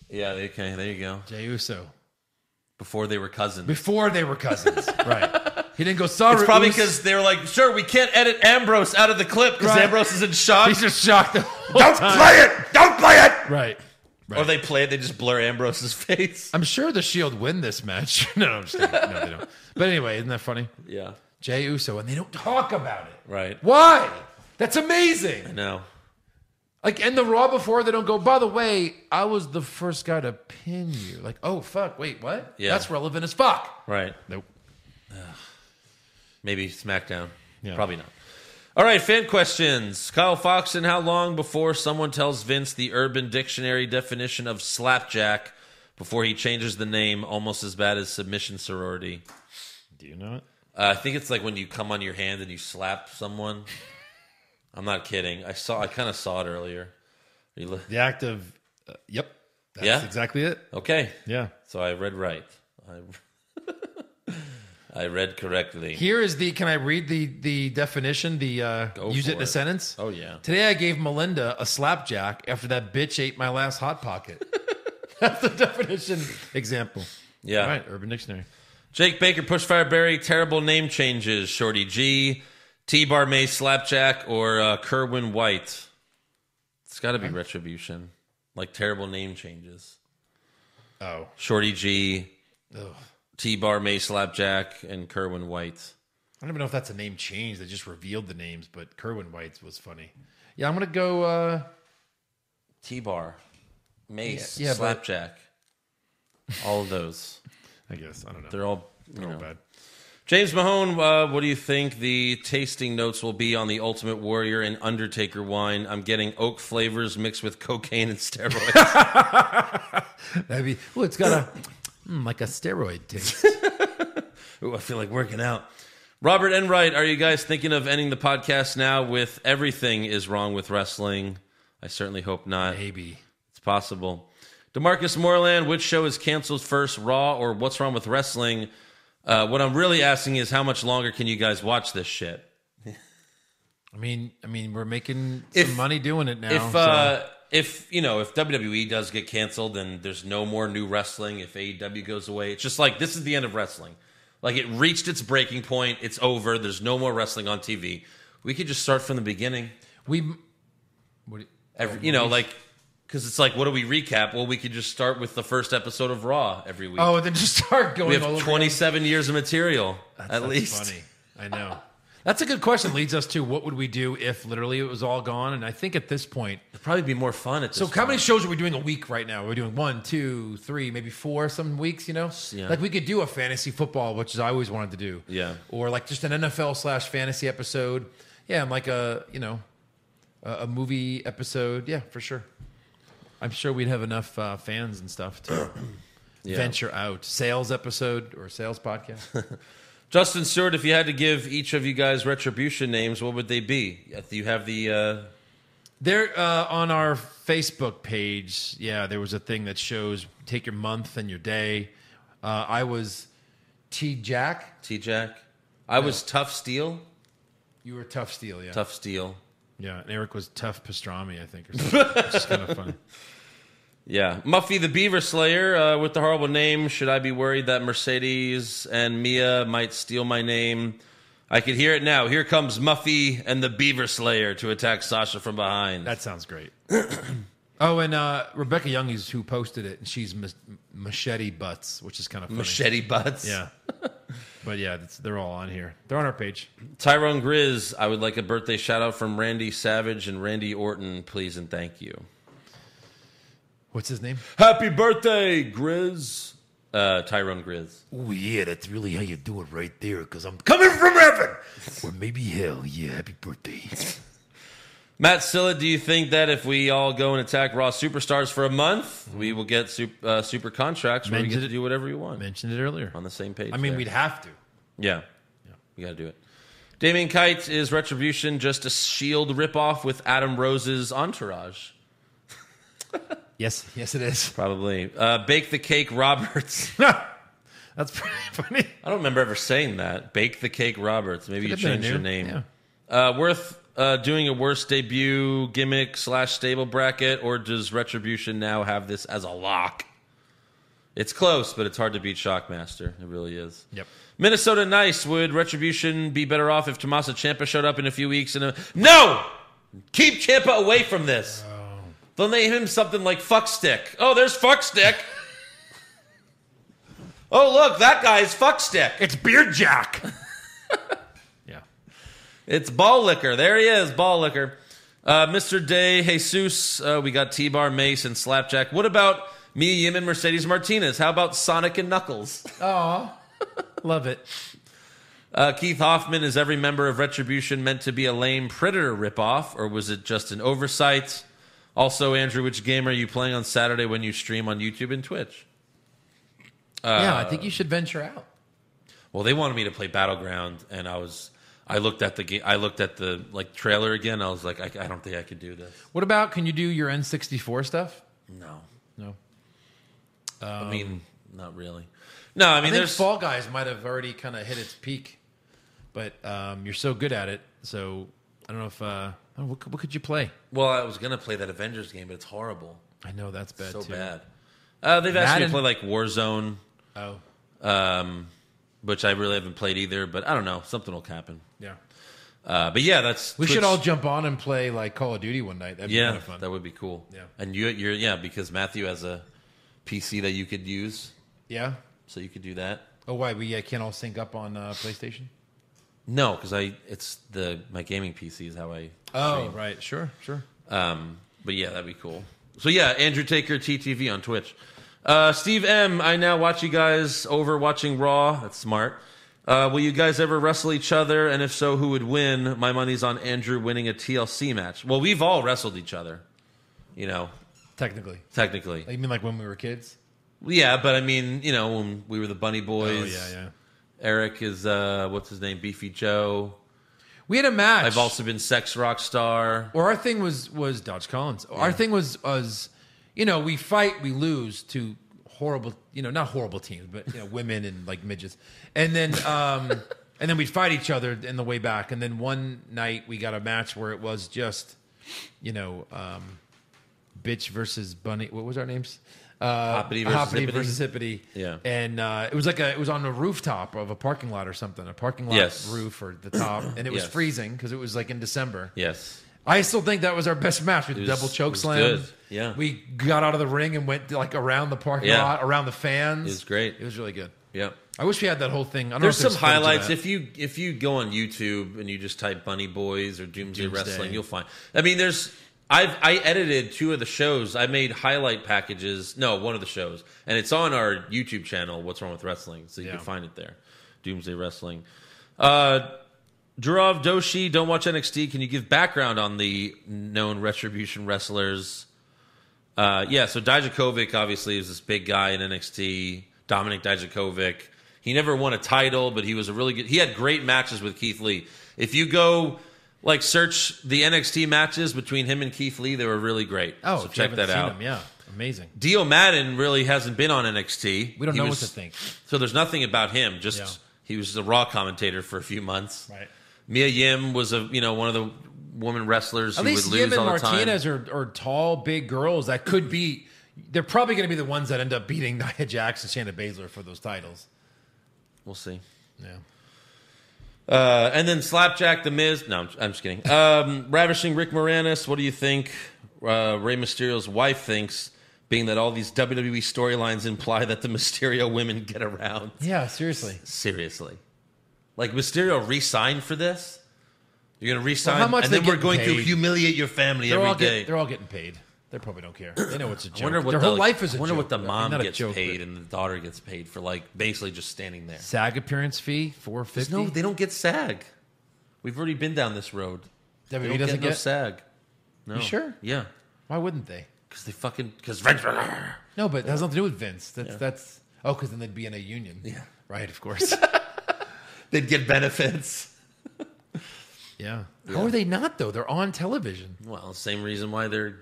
Yeah, okay, there you go. Jey Uso Before they were cousins. before they were cousins, right? He didn't go sorry. it's probably Us." because they were like, sure, we can't edit Ambrose out of the clip because Right. Ambrose is in shock. he's just shocked. The whole Don't time. play it! Don't play it! Right. Or they play it, they just blur Ambrose's face. I'm sure the Shield win this match. no, I'm just kidding. No, they don't. But anyway, isn't that funny? Yeah. Jay Uso, and they don't talk about it. Right. Why? That's amazing. No. Like, and the Raw before, they don't go, by the way, I was the first guy to pin you. Like, oh, fuck, wait, what? Yeah. That's relevant as fuck. Right. Nope. Maybe SmackDown. Yeah. Probably not. All right, fan questions. Kyle Fox, and how long before someone tells Vince the Urban Dictionary definition of slapjack before he changes the name almost as bad as submission sorority? Do you know it? Uh, I think it's like when you come on your hand and you slap someone. I'm not kidding. I saw. I kind of saw it earlier. Are you li- The act of, uh, yep. That's Yeah? exactly it. Okay, Yeah. so I read right. I, I read correctly. Here is the, can I read the, the definition, the uh, Go use for it in a it. sentence? oh yeah. Today I gave Melinda a slapjack after that bitch ate my last hot pocket. That's the definition example. Yeah. All right, Urban Dictionary. Jake Baker, Pushfire Barry, terrible name changes. Shorty G, T Bar May, Slapjack, or uh, Kerwin White. It's got to be retribution. Like terrible name changes. Oh, Shorty G, Ugh. T Bar May, Slapjack, and Kerwin White. I don't even know if that's a name change. They just revealed the names, but Kerwin White's was funny. Yeah, I'm gonna go. uh T bar, mace, Yeah, yeah, but- slapjack, all of those. I guess I don't know. They're all you know. bad. James Mahone, uh, what do you think the tasting notes will be on the Ultimate Warrior and Undertaker wine? I'm getting oak flavors mixed with cocaine and steroids. That'd be, oh, it's got a, mm, like a steroid taste. Ooh, I feel like working out. Robert Enright, are you guys thinking of ending the podcast now with everything is wrong with wrestling? I certainly hope not. Maybe. It's possible. Demarcus Moreland, which show is canceled first, Raw or What's Wrong with Wrestling? Uh, what I'm really asking is how much longer can you guys watch this shit? I mean, I mean, we're making some If- money doing it now. if so- uh, if you know if WWE does get canceled and there's no more new wrestling, if AEW goes away, it's just like this is the end of wrestling. Like it reached its breaking point. It's over. There's no more wrestling on TV. We could just start from the beginning. we, what, do you- Every, you know, like because it's like, what do we recap? Well, we could just start with the first episode of Raw every week. oh, and then just start going we all have over 27 years of material at That's least. Funny. I know. That's a good question. Leads us to what would we do if literally it was all gone? And I think at this point, It'd probably be more fun at this. so how many point. shows are we doing a week right now? We're doing one, two, three, maybe four some weeks. You know, Yeah. like we could do a fantasy football, which is I always wanted to do. Yeah. or like just an NFL slash fantasy episode. Yeah, and like a you know a, a movie episode. Yeah, for sure. I'm sure we'd have enough uh, fans and stuff to venture out. Sales episode or sales podcast. Justin Stewart, if you had to give each of you guys retribution names, what would they be? You have the uh, There uh, on our Facebook page, yeah, there was a thing that shows take your month and your day. Uh, I was T Jack. T Jack. I was tough steel. You were Tough Steel, yeah, Tough steel. yeah. And Eric was Tough Pastrami, I think, or something. Which is kind of funny. Yeah. Muffy the Beaver Slayer uh, with the horrible name. Should I be worried that Mercedes and Mia might steal my name? I could hear it now. Here comes Muffy and the Beaver Slayer to attack Sasha from behind. That sounds great. oh, and uh, Rebecca Young is who posted it, and she's ma- machete butts, which is kind of funny. Machete butts. yeah. but yeah, that's, they're all on here. They're on our page. Tyrone Grizz, I would like a birthday shout out from Randy Savage and Randy Orton, please and thank you. What's his name? Happy birthday, Grizz. Uh, Tyrone Grizz. Oh yeah, that's really how you do it right there. Because I'm coming from heaven, or maybe hell. Yeah, happy birthday. Matt Silla, do you think that if we all go and attack Raw superstars for a month, we will get super, uh, super contracts where we get Mentioned to it- do whatever you want Mentioned it earlier. on the same page? I mean, there. we'd have to. yeah, we got to do it. Damien Kite is Retribution just a Shield E ripoff with Adam Rose's entourage? Yes, yes, it is. Probably. Uh, Bake the Cake Roberts. That's pretty funny. I don't remember ever saying that. Bake the Cake Roberts. Maybe you Could've been changed your new. name. Yeah. Uh, worth uh, doing a worst debut gimmick slash stable bracket, or does Retribution now have this as a lock? It's close, but it's hard to beat Shockmaster. It really is. Yep. Minnesota Nice. Would Retribution be better off if Tomasa Champa showed up in a few weeks? And a- no, keep Champa away from this. They'll name him something like Fuckstick. Oh, there's Fuckstick. oh, look, that guy's Fuckstick. It's Beard Jack. Yeah. It's Ball Liquor. There he is, Ball Liquor. Uh, Mr. Day, Jesus, uh, we got T Bar, Mace, and Slapjack. What about Mia Yim and Mercedes Martinez? How about Sonic and Knuckles? Love it. Uh, Keith Hoffman, is every member of Retribution meant to be a lame Predator ripoff, or was it just an oversight? Also, Andrew, which game are you playing on Saturday when you stream on YouTube and Twitch? yeah, I think Uh, you should venture out. Well, they wanted me to play Battleground, and I was. I looked at the game. I looked at the like trailer again. I was like, I, I don't think I could do this. What about can you do your N64 stuff? No, No. Um, I mean, not really. No, I I mean, think there's Fall Guys might have already kind of hit its peak, but um, you're so good at it. So I don't know if uh, oh, what, could- what could you play? well, I was gonna play that Avengers game, but it's horrible, I know that's bad. so too. bad. Uh, they've asked me to Madden- play like Warzone, Oh um, which I really haven't played either. But I don't know, something will happen. yeah. Uh, but yeah, that's We Twitch- should all jump on and play like Call of Duty one night. That'd be Yeah, kind of fun. that would be cool. Yeah. and you, you're yeah because Matthew has a PC that you could use, yeah. so you could do that. Oh, why we uh, can't all sync up on uh, PlayStation? No, because I it's the my gaming PC is how I. Oh, right. Sure, sure. Um, but yeah, that'd be cool. So yeah, Andrew Taker TTV on Twitch. Uh, Steve M, I now watch you guys over watching Raw. That's smart. Uh, will you guys ever wrestle each other? And if so, who would win? My money's on Andrew winning a TLC match. Well, we've all wrestled each other, you know, Technically, technically. you mean like when we were kids? Yeah, but I mean, you know, when we were the Bunny Boys. Oh, yeah, yeah. Eric is uh, what's his name? Beefy Joe. We had a match. I've also been Sex Rock Star. Or our thing was was Dodge Collins. Our thing was was you know we fight, we lose to horrible, you know, not horrible teams, but you know, women and like midgets, and then um and then we'd fight each other in the way back, and then one night we got a match where it was just you know um bitch versus bunny. What was our names? Uh, Hoppity versus Hoppity Hippity? versus Hippity. Yeah. and uh, it was like a it was on the rooftop of a parking lot or something, a parking lot Yes. roof or the top, and it was Yes. freezing because it was like in December. Yes. I still think that was our best match. We was- double it choke was slam. good. Yeah. we got out of the ring and went like around the parking Yeah. lot, around the fans. It was great. It was really good. Yep. I wish we had that whole thing. I don't There's know if some footage of highlights. that. If you if you go on YouTube and you just type Bunny Boys or Doomsday, Doomsday. Wrestling, you'll find. I mean, there's. I've I edited two of the shows. I made highlight packages. No, one of the shows, and it's on our YouTube channel. What's wrong with wrestling? So you Yeah. can find it there. Doomsday Wrestling. Uh, Durov Doshi, don't watch NXT. Can you give background on the known Retribution wrestlers? Uh, yeah, so Dijakovic obviously is this big guy in NXT. Dominic Dijakovic. He never won a title, but he was a really good. He had great matches with Keith Lee. If you go like search the NXT matches between him and Keith Lee, they were really great. oh, so if you check haven't that seen out. them, yeah, amazing. Dio Madden really hasn't been on NXT. We don't He know was- what to think. So there's nothing about him. Just Yeah. he was the Raw commentator for a few months. Right. Mia Yim was a you know one of the woman wrestlers At who least would lose Yim and all the Martinez time. are, are tall, big girls that could be. They're probably going to be the ones that end up beating Nia Jax and Shayna Baszler for those titles. We'll see. Yeah. Uh, and then Slapjack, The Miz. No, I'm, I'm just kidding. Um, Ravishing Rick Moranis. What do you think? Uh, Rey Mysterio's wife thinks, being that all these WWE storylines imply that the Mysterio women get around. Yeah, seriously. Seriously, like Mysterio re-signed for this. You're gonna re-sign, Well, how much and they then we're getting going to paid? humiliate your family They're every all, day. get, they're all getting paid. They probably don't care. They know it's a joke. I wonder what Their the, whole life is a I wonder joke. what the I mean, mom not a gets joke, paid but- and the daughter gets paid for like basically just standing there. SAG appearance fee four There's fifty. No, they don't get SAG. We've already been down this road. They WWE don't doesn't get no get. SAG. No. You sure? Yeah, Why wouldn't they? because they fucking because Vince. No, but it has nothing to do with Vince. That's that's oh, because then they'd be in a union. Yeah. right. Of course. They'd get benefits. yeah. How are they not though? They're on television. Well, same reason why they're,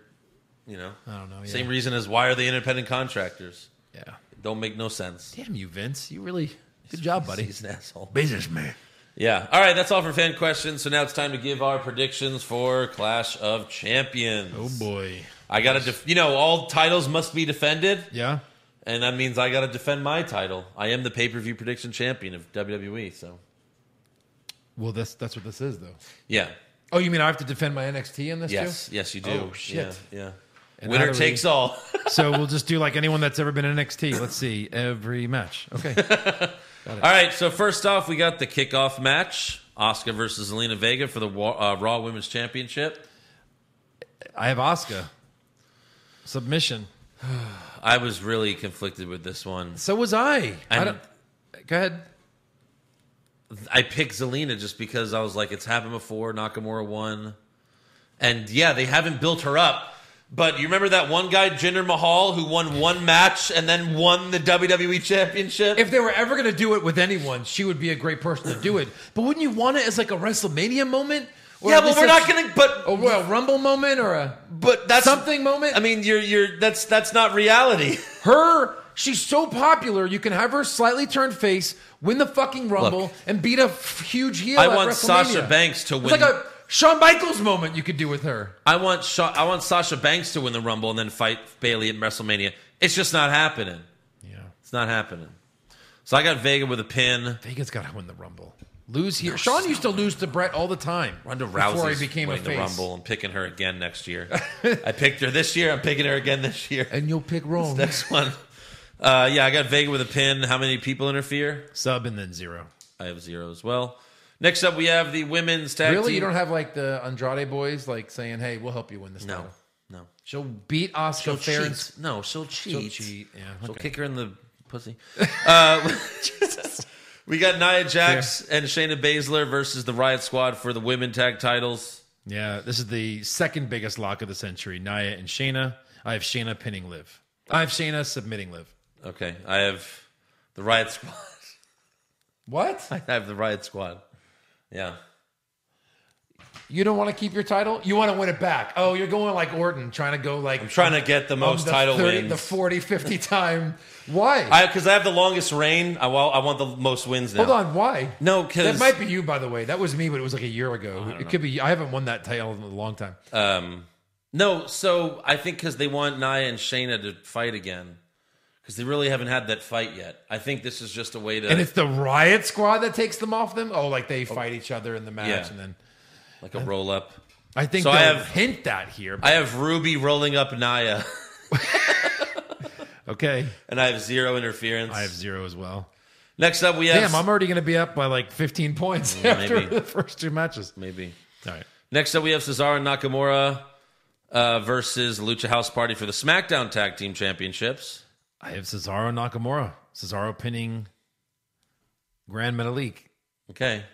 you know, I don't know. Yeah. same reason as why are they independent contractors? Yeah. Don't make no sense. Damn you, Vince. You really good job, buddy. He's an asshole. Businessman. Yeah. All right. That's all for fan questions. So now it's time to give our predictions for Clash of Champions. Oh boy. I gotta, def- you know, all titles must be defended, Yeah. and that means I gotta defend my title. I am the pay per view prediction champion of WWE. So Well, that's that's what this is though. yeah, Oh, you mean I have to defend my NXT on this yes, too? yes, you do. Oh, shit. Yeah. yeah. And how do Winner we- takes all. so we'll just do like anyone that's ever been in NXT. Let's see every match. Okay. all right. So first off, we got the kickoff match: Oscar versus Zelina Vega for the Wa- uh, Raw Women's Championship. I have Oscar. Submission. I was really conflicted with this one. So was I. I I'm- don't, go ahead. I picked Zelina just because I was like, it's happened before. Nakamura won, and yeah, they haven't built her up. But you remember that one guy, Jinder Mahal, who won one match and then won the WWE Championship? If they were ever going to do it with anyone, she would be a great person to do it. But wouldn't you want it as like a WrestleMania moment? Or yeah, at but least we're like not gonna. But a Royal Rumble moment or a but that's something moment. I mean, you're you're that's that's not reality. her. She's so popular, you can have her slightly turned face win the fucking Rumble Look. and beat a f- huge heel. I at want Sasha WrestleMania. Banks to It's win. like a Shawn Michaels moment you could do with her. I want Sha- I want Sasha Banks to win the Rumble and then fight Bailey at WrestleMania. It's just not happening. Yeah, It's not happening. So I got Vega with a pin. Vega's got to win the Rumble. Lose here. Shawn used to lose to Brett all the time. Ronda before Rousey he became a winning face. the Rumble and picking her again next year. I picked her this year. I'm picking her again this year. And you'll pick wrong. Next one. Uh, yeah, I got Vega with a pin. How many people interfere? Sub and then zero. I have zero as well. Next up, we have the women's tag Really, team. you don't have like the Andrade boys like saying, "Hey, we'll help you win this." no, title." no. she'll beat Oscar She'll fair and cheat. No, she'll cheat. cheat, yeah, She'll okay. kick her in the pussy. Uh, We got Nia Jax and Shayna Baszler versus the Riot Squad for the women tag titles. Yeah, this is the second biggest lock of the century. Naya and Shayna. I have Shayna pinning Liv. I have Shayna submitting Liv. Okay, I have the Riot Squad. What? I have the Riot Squad. Yeah. You don't want to keep your title? You want to win it back. Oh, you're going like Orton, trying to go like I'm Trying to get the most title wins. the 40, 50 time. Why? I because I have the longest reign. I, wa- I want the most wins now. Hold on, why? No, That because might be you, by the way. That was me, but it was like a year ago. It could be. I haven't won that title in a long time. um, no. So I think because they want Nia and Shayna to fight again because they really haven't had that fight yet. I think this is just a way to and it's the Riot Squad that takes them off them. Oh, like they fight each other in the match, Yeah. and then like a roll up. I think So I I have- have hint that here. I have Ruby rolling up Naya, okay, and I have zero interference. I have zero as well. Next up, we have Damn, I'm already going to be up by like 15 points after maybe. the first two matches. maybe. All right, Next up, we have Cesaro and Nakamura uh, versus Lucha House Party for the SmackDown Tag Team Championships. I have Cesaro and Nakamura. Cesaro pinning Grand Metalik. Okay,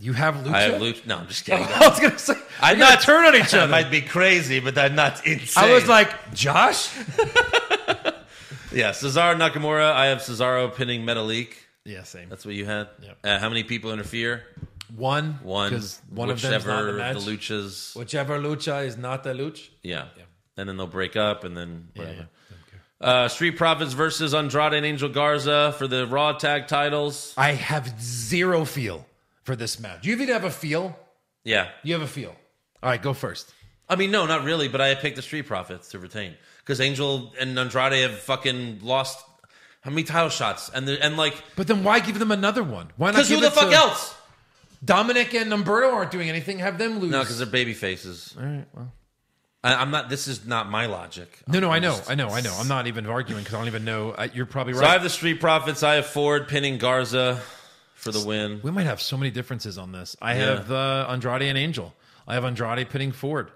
You have Lucha. I have Lucha. No, I'm just kidding. I was going to say I'm not turn on each I other. might be crazy, but I'm not insane. I was like, Josh. yeah, Cesaro and Nakamura. I have Cesaro pinning Metalik. Yeah, same. That's what you had. Yep. Uh, how many people interfere? One, One. because one of whichever them's not in the match. the luchas. Whichever lucha is not the lucha. Yeah. And then they'll break up and then whatever. yeah. Uh, Street Profits versus Andrade and Angel Garza for the Raw Tag titles. I have zero feel for this match. You even have a feel. Yeah. You have a feel. All right, go first. I mean, no, not really, but I picked the Street Profits to retain because Angel and Andrade have fucking lost how many title shots? And the, and like, But then why give them another one? Why not? because who give the it fuck to- else? Dominic and Umberto aren't doing anything. Have them lose. No, because they're baby faces. All right, well. I, I'm not, this is not my logic. no, no, I know, I know, I know. I'm not even arguing because I don't even know. I, you're probably So I right. have the Street Profits. I have Ford pinning Garza for the win. we might have so many differences on this. I Yeah. have uh, Andrade and Angel. I have Andrade pitting Ford.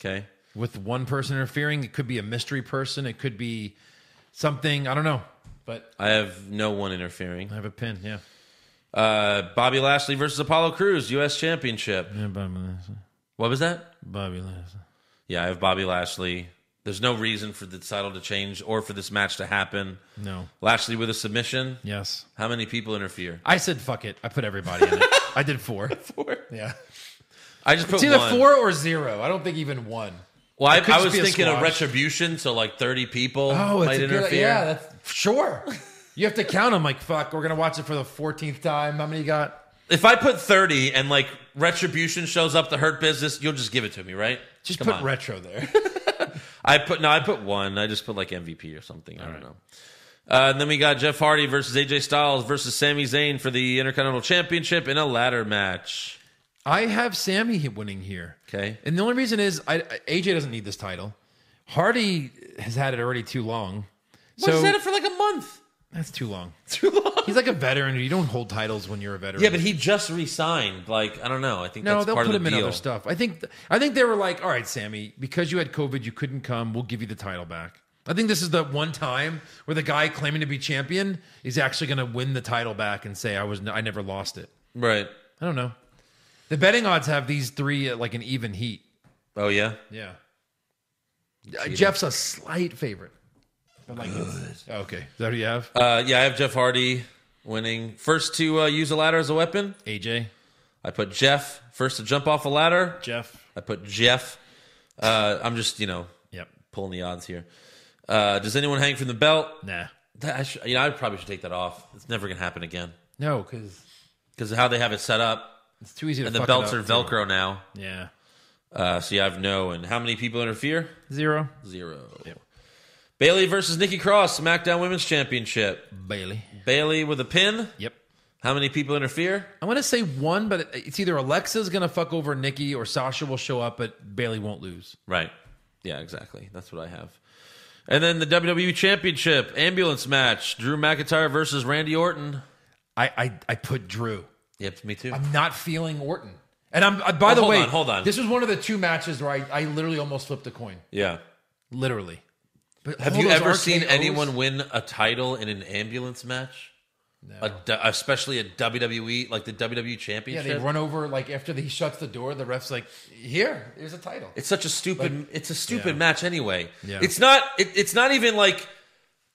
Okay. with one person interfering. It could be a mystery person. It could be something. I don't know. But I have no one interfering. I have a pin. Yeah. Uh, Bobby Lashley versus Apollo Cruz, U.S. Championship. Yeah, Bobby Lashley. What was that? Bobby Lashley. Yeah, I have Bobby Lashley. There's no reason for the title to change or for this match to happen. No. Lashley with a submission. Yes. How many people interfere? I said fuck it. I put everybody in it. I did four. Four. Yeah. I just put It's either one. four or zero. I don't think even one. Well, I, It could I just was be a thinking of squash. retribution, so like 30 people Oh, it's might a interfere. good. Yeah, that's sure. You have to count them. Like fuck, we're gonna watch it for the fourteenth time. How many you got? If I put 30 and like retribution shows up to hurt business, you'll just give it to me, right? Just Come put on. retro there. I put no, I put one. I just put like MVP or something. I don't know. Uh, and then we got Jeff Hardy versus AJ Styles versus Sami Zayn for the Intercontinental Championship in a ladder match. I have Sammy he- winning here. Okay. And the only reason is I, I- AJ doesn't need this title. Hardy has had it already too long. so He's had it for like a month. that's too long. Too long. He's like a veteran. You don't hold titles when you're a veteran. Yeah, but he just re-signed. Like I don't know. I think no, that's they'll part put of him the in deal. other stuff. I think I think they were like, all right, Sammy, because you had COVID, you couldn't come. We'll give you the title back. I think this is the one time where the guy claiming to be champion is actually going to win the title back and say, I was I never lost it. Right. I don't know. The betting odds have these three at like an even heat. Oh yeah. Yeah. Uh, Jeff's a slight favorite. But like, it's- okay. Is that what you have? Uh, yeah, I have Jeff Hardy winning first to uh, use a ladder as a weapon. AJ, I put Jeff first to jump off a ladder. Jeff. I put Jeff. Uh, I'm just you know Yep. pulling the odds here. Uh, does anyone hang from the belt? Nah. That I should, you know, I probably should take that off. It's never gonna happen again No, because because of how they have it set up, it's too easy to. and the fuck it belts up, are too. Velcro now. Yeah. Uh, so you have no, and how many people interfere? Zero. Zero. Bailey versus Nikki Cross, SmackDown Women's Championship. Bailey. Bailey with a pin. Yep. How many people interfere? I want to say one, but it- it's either Alexa's gonna fuck over Nikki or Sasha will show up, but Bailey won't lose. Right. Yeah, exactly. That's what I have. And then the WWE Championship ambulance match: Drew McIntyre versus Randy Orton. I I, I put Drew. Yep, me too. I'm not feeling Orton. And I'm. I, by Oh, the hold way, on, hold on. This was one of the two matches where I, I literally almost flipped a coin. yeah. Literally. But Have all you those ever seen RKOs? anyone win a title in an ambulance match? A du- especially a WWE, like the WWE Yeah, Championship. they run over like after he shuts the door. The ref's like, "Here, here's a title." It's such a stupid. it's a stupid Yeah. match anyway. Yeah. It's not. It, it's not even like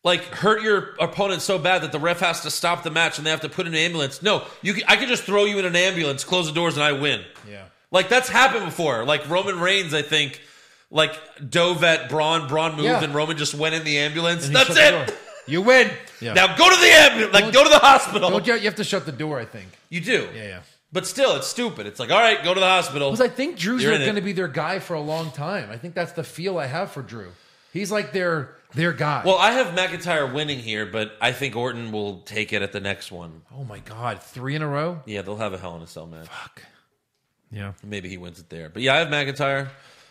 like hurt your opponent so bad that the ref has to stop the match and they have to put in an ambulance. No, you. Can, I could just throw you in an ambulance, close the doors, and I win. Yeah. Like that's happened before. Like Roman Reigns, I think. Like dove at Braun, Braun moved, Yeah. and Roman just went in the ambulance. And he that's shut the it. door. You win. Yeah. Now go to the ambulance. Like go to the hospital. Don't you, you have to shut the door? I think. you do. Yeah, yeah. But still, it's stupid. It's like all right, go to the hospital. Because I think Drew's You're in going it. to be their guy for a long time. I think that's the feel I have for Drew. He's like their their guy. Well, I have McIntyre winning here, but I think Orton will take it at the next one. oh my God, three in a row. Yeah, they'll have a Hell in a Cell match. Yeah. Maybe he wins it there. But yeah, I have McIntyre.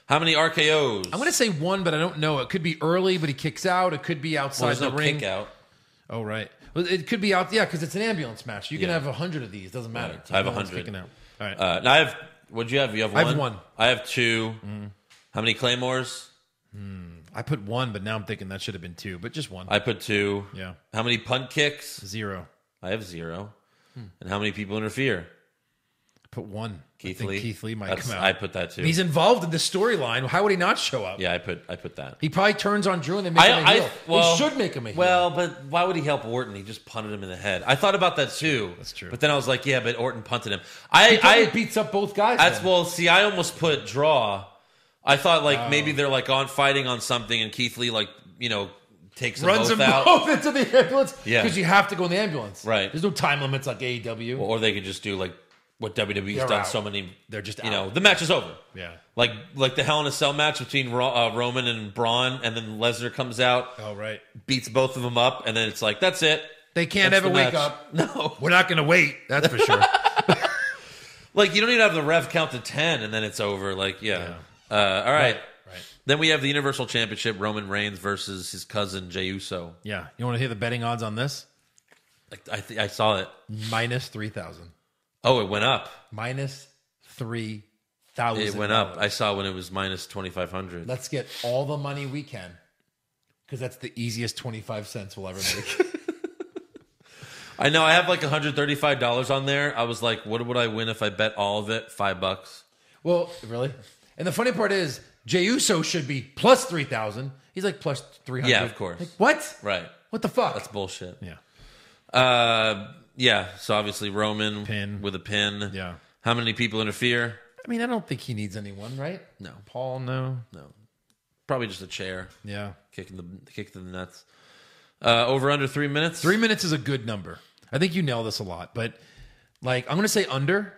How many RKO's? I'm going to say one, but I don't know. It could be early, but he kicks out. It could be outside well, there's the no ring. kick out. Oh right. Well, it could be out. Yeah, because it's an ambulance match. You can Yeah. have a hundred of these. Doesn't matter. Right. I have No one's 100. kicking out. All right. Uh, now I have. What'd you have? You have I one. have one. I have 2 Mm-hmm. How many claymores? I put one, but now I'm thinking that should have been two, but just one. I put two. yeah. How many punt kicks? Zero. I have zero. Hmm. And how many people interfere? Put one. I Keith think Lee. Keith Lee might That's- come out. I put that too. He's involved in the storyline. How would he not show up? yeah, I put. I put that. He probably turns on Drew and they make him a I, heel. I well, they should make him a heel. Well, but why would he help Orton? He just punted him in the head. I thought about that too. That's true. But then I was like, yeah, but Orton punted him. he I, probably I beats up both guys. that's then. well. See, I almost put draw. I thought like Oh. maybe they're like on fighting on something, and Keith Lee like you know takes them runs both them out, both into the ambulance. Yeah. because you have to go in the ambulance. Right. There's no time limits like E AEW. or they could just do like what WWE's They're done out. so many. They're just you know out. the match is over. yeah. Like like the Hell in a Cell match between Ro- uh, Roman and Braun, and then Lesnar comes out, Oh right. beats both of them up, and then it's like that's it. They can't That's ever the wake match. up. No, We're not going to wait. That's for sure. Like you don't even have the ref count to ten and then it's over. Like yeah. Uh, all right. Then we have the Universal Championship Roman Reigns versus his cousin Jey Uso. yeah. You want to hear the betting odds on this? I I, th- I saw it. Minus three thousand. Oh, it went up. Minus three thousand. It went up. I saw when it was minus twenty five hundred. Let's get all the money we can, because that's the easiest twenty-five cents we'll ever make. I know. I have like one hundred thirty five dollars on there. I was like, what would I win if I bet all of it? Five bucks. well, really. And the funny part is, Jey Uso should be plus three thousand. He's like plus three hundred. Yeah, of course. Like, what? Right. What the fuck? That's bullshit. yeah. Uh, yeah. So obviously Roman Pin. with a pin. Yeah. How many people interfere? I mean, I don't think he needs anyone, right? No. Paul, no. No. Probably just a chair. Yeah. kicking the kick to the nuts. Uh, over under three minutes. Three minutes is a good number. I think you nail this a lot, but like I'm going to say under,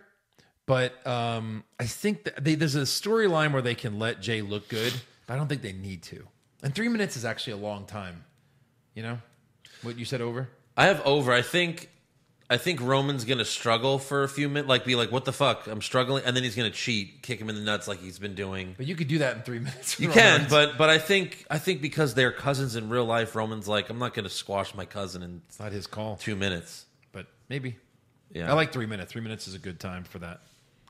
but um, I think that they, there's a storyline where they can let Jay look good, but I don't think they need to. And three minutes is actually a long time. You know what you said over? I have over. I think. I think Roman's gonna struggle for a few minutes, like be like, "What the fuck? I'm struggling," and then he's gonna cheat, kick him in the nuts, like he's been doing. But you could do that in three minutes. You can, but but I think I think because they're cousins in real life, Roman's like, "I'm not gonna squash my cousin in it's not his call. two minutes." But maybe Yeah, I like three minutes. Three minutes is a good time for that.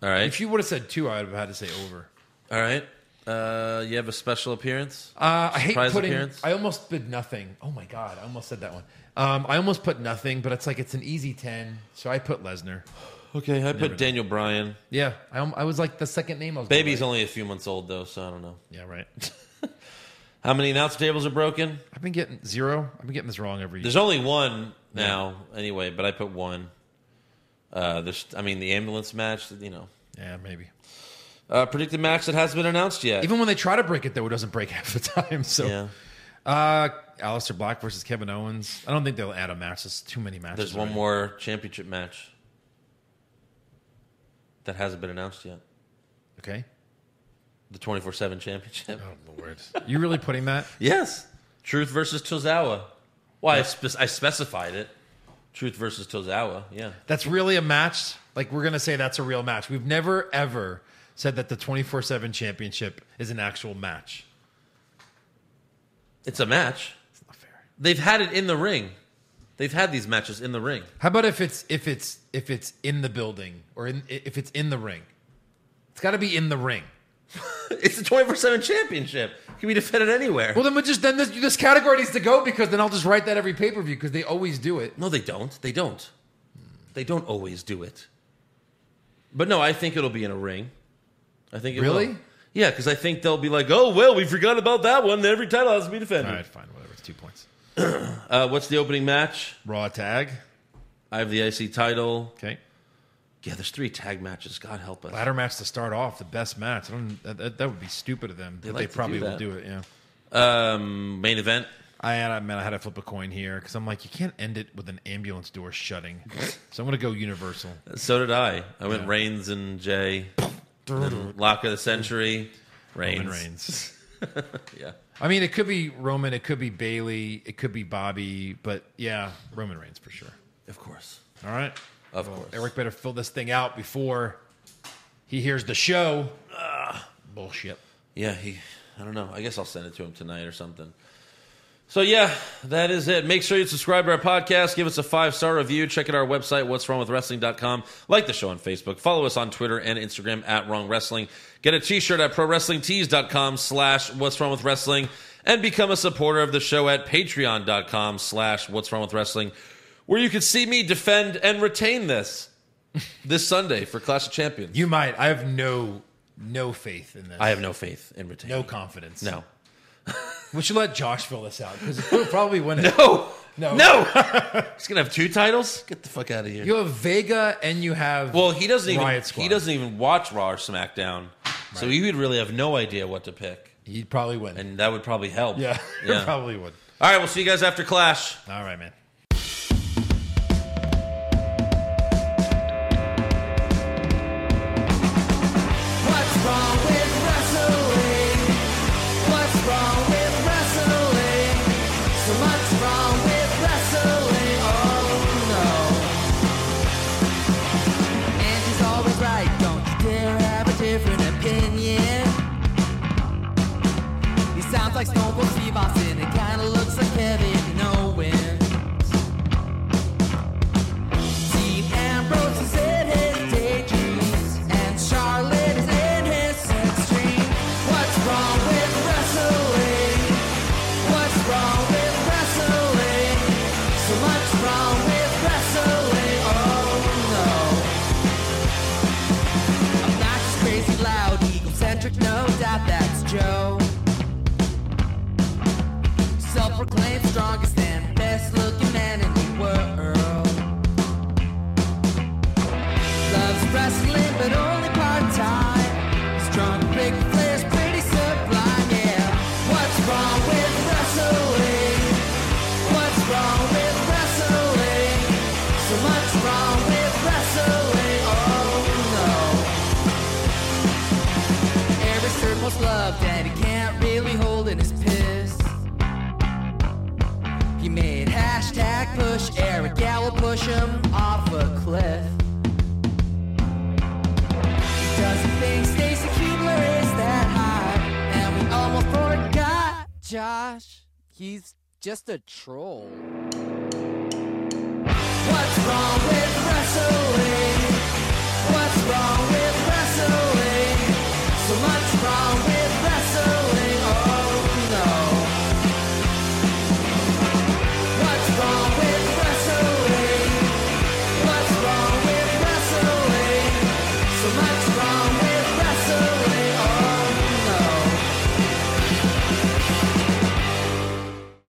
All right, If you would have said two, I would have had to say over. all right. Uh, you have a special appearance. Uh, I hate Surprise putting. appearance? I almost did nothing. Oh my god, I almost said that one. Um, I almost put nothing, but it's like it's an easy ten, so I put Lesnar. Okay, I put Daniel Bryan. Yeah, I, al- I was like the second name. I was Baby's Going only a few months old though, so I don't know. with. Yeah, right. How many announce tables are broken? I've been getting zero. I've been getting this wrong every. There's only one now, anyway. But I put one. Uh, there's, I mean, the ambulance match. You know, yeah, maybe. uh, predicted match that hasn't been announced yet. Even when they try to break it, though, it doesn't break half the time. So, yeah, uh, Alistair Black versus Kevin Owens. I don't think they'll add a match. There's too many matches. there's one already. more championship match that hasn't been announced yet. Okay. The 24/7 championship. Oh lord, you really putting that? Yes, Truth versus Tozawa. Why I, spec- I specified it. Truth versus Tozawa. Yeah, That's really a match. Like we're gonna say that's a real match. We've never ever said that the twenty four seven championship is an actual match. it's a match. It's not fair. They've had it in the ring. They've had these matches in the ring. How about if it's if it's if it's in the building or in, if it's in the ring? It's got to be in the ring. It's the 24 7 championship. It can be defended anywhere. Well, then we just then this, this category needs to go because then I'll just write that every pay per view because they always do it. no, they don't. They don't. They don't always do it. But no, I think it'll be in a ring. I think it Really? will. Yeah, because I think they'll be like, oh, well, we forgot about that one. Every title has to be defended. All right, fine, whatever. It's two points. Uh, what's the opening match? Raw tag. I have the IC title. Okay. Yeah, there's three tag matches. God help us. Ladder match to start off the best match. I don't. That, that, that would be stupid of them. They, like to they probably do will that. do it. Yeah. Um, main event. I had, I- man, I had to flip a coin here because I'm like, you can't end it with an ambulance door shutting. so I'm gonna go Universal. So did I. I went Reigns and Jay. Then Lock of the century. Reigns. Roman Reigns. Yeah. I mean, it could be Roman, it could be Bailey, it could be Bobby, but yeah, Roman Reigns for sure. Of course. All right, Of course. Eric better fill this thing out before he hears the show. Bullshit. Yeah, he. I don't know. I guess I'll send it to him tonight or something. So yeah, that is it. Make sure you subscribe to our podcast. Give us a five star review. Check out our website, what's wrong with wrestling.com. Like the show on Facebook. Follow us on Twitter and Instagram at wrong wrestling. Get a t-shirt at prowrestlingtees.com slash what's wrong with wrestling and become a supporter of the show at patreon.com slash what's wrong with wrestling, where you can see me defend and retain this this Sunday for Clash of Champions. You might. I have no no faith in this. I have no faith in retaining. no confidence. No. We should let Josh fill this out because he'll probably win it. No. No. No. He's gonna have two titles. Get the fuck out of here. You have Vega and you have well, he doesn't even Riot Squad. he doesn't even watch Raw or SmackDown, so he would really have no idea what to pick, He'd probably win. and that would probably help. yeah, Yeah. probably would. All right. We'll see you guys after Clash. All right, man. What's wrong with wrestling? What's wrong with wrestling? So much wrong with wrestling. Oh no. And she's always right. Don't you dare have a different opinion. He sounds like Stone Cold Steve Austin. It kinda looks like Kevin Owens. Dean Ambrose is in his daydreams, and Charlotte is in his sex dream. What's wrong with wrestling? What's wrong with wrestling? So much wrong with wrestling. Oh no! Obnoxious, crazy, loud, egocentric, no doubt that's Joe. Self-proclaimed strongest and best-looking man in the world. Loves wrestling, but only part time. Strong big players, pretty sublime, yeah. What's wrong with wrestling? What's wrong with wrestling? So much wrong with wrestling, oh no. Every circle's loved, and he can't really hold in his piss. He made hashtag push Eric Gallo push him off a cliff. Doesn't think Stacy Kubler is that hot, and we almost forgot Josh. He's just a troll. What's wrong with Oh, Oh,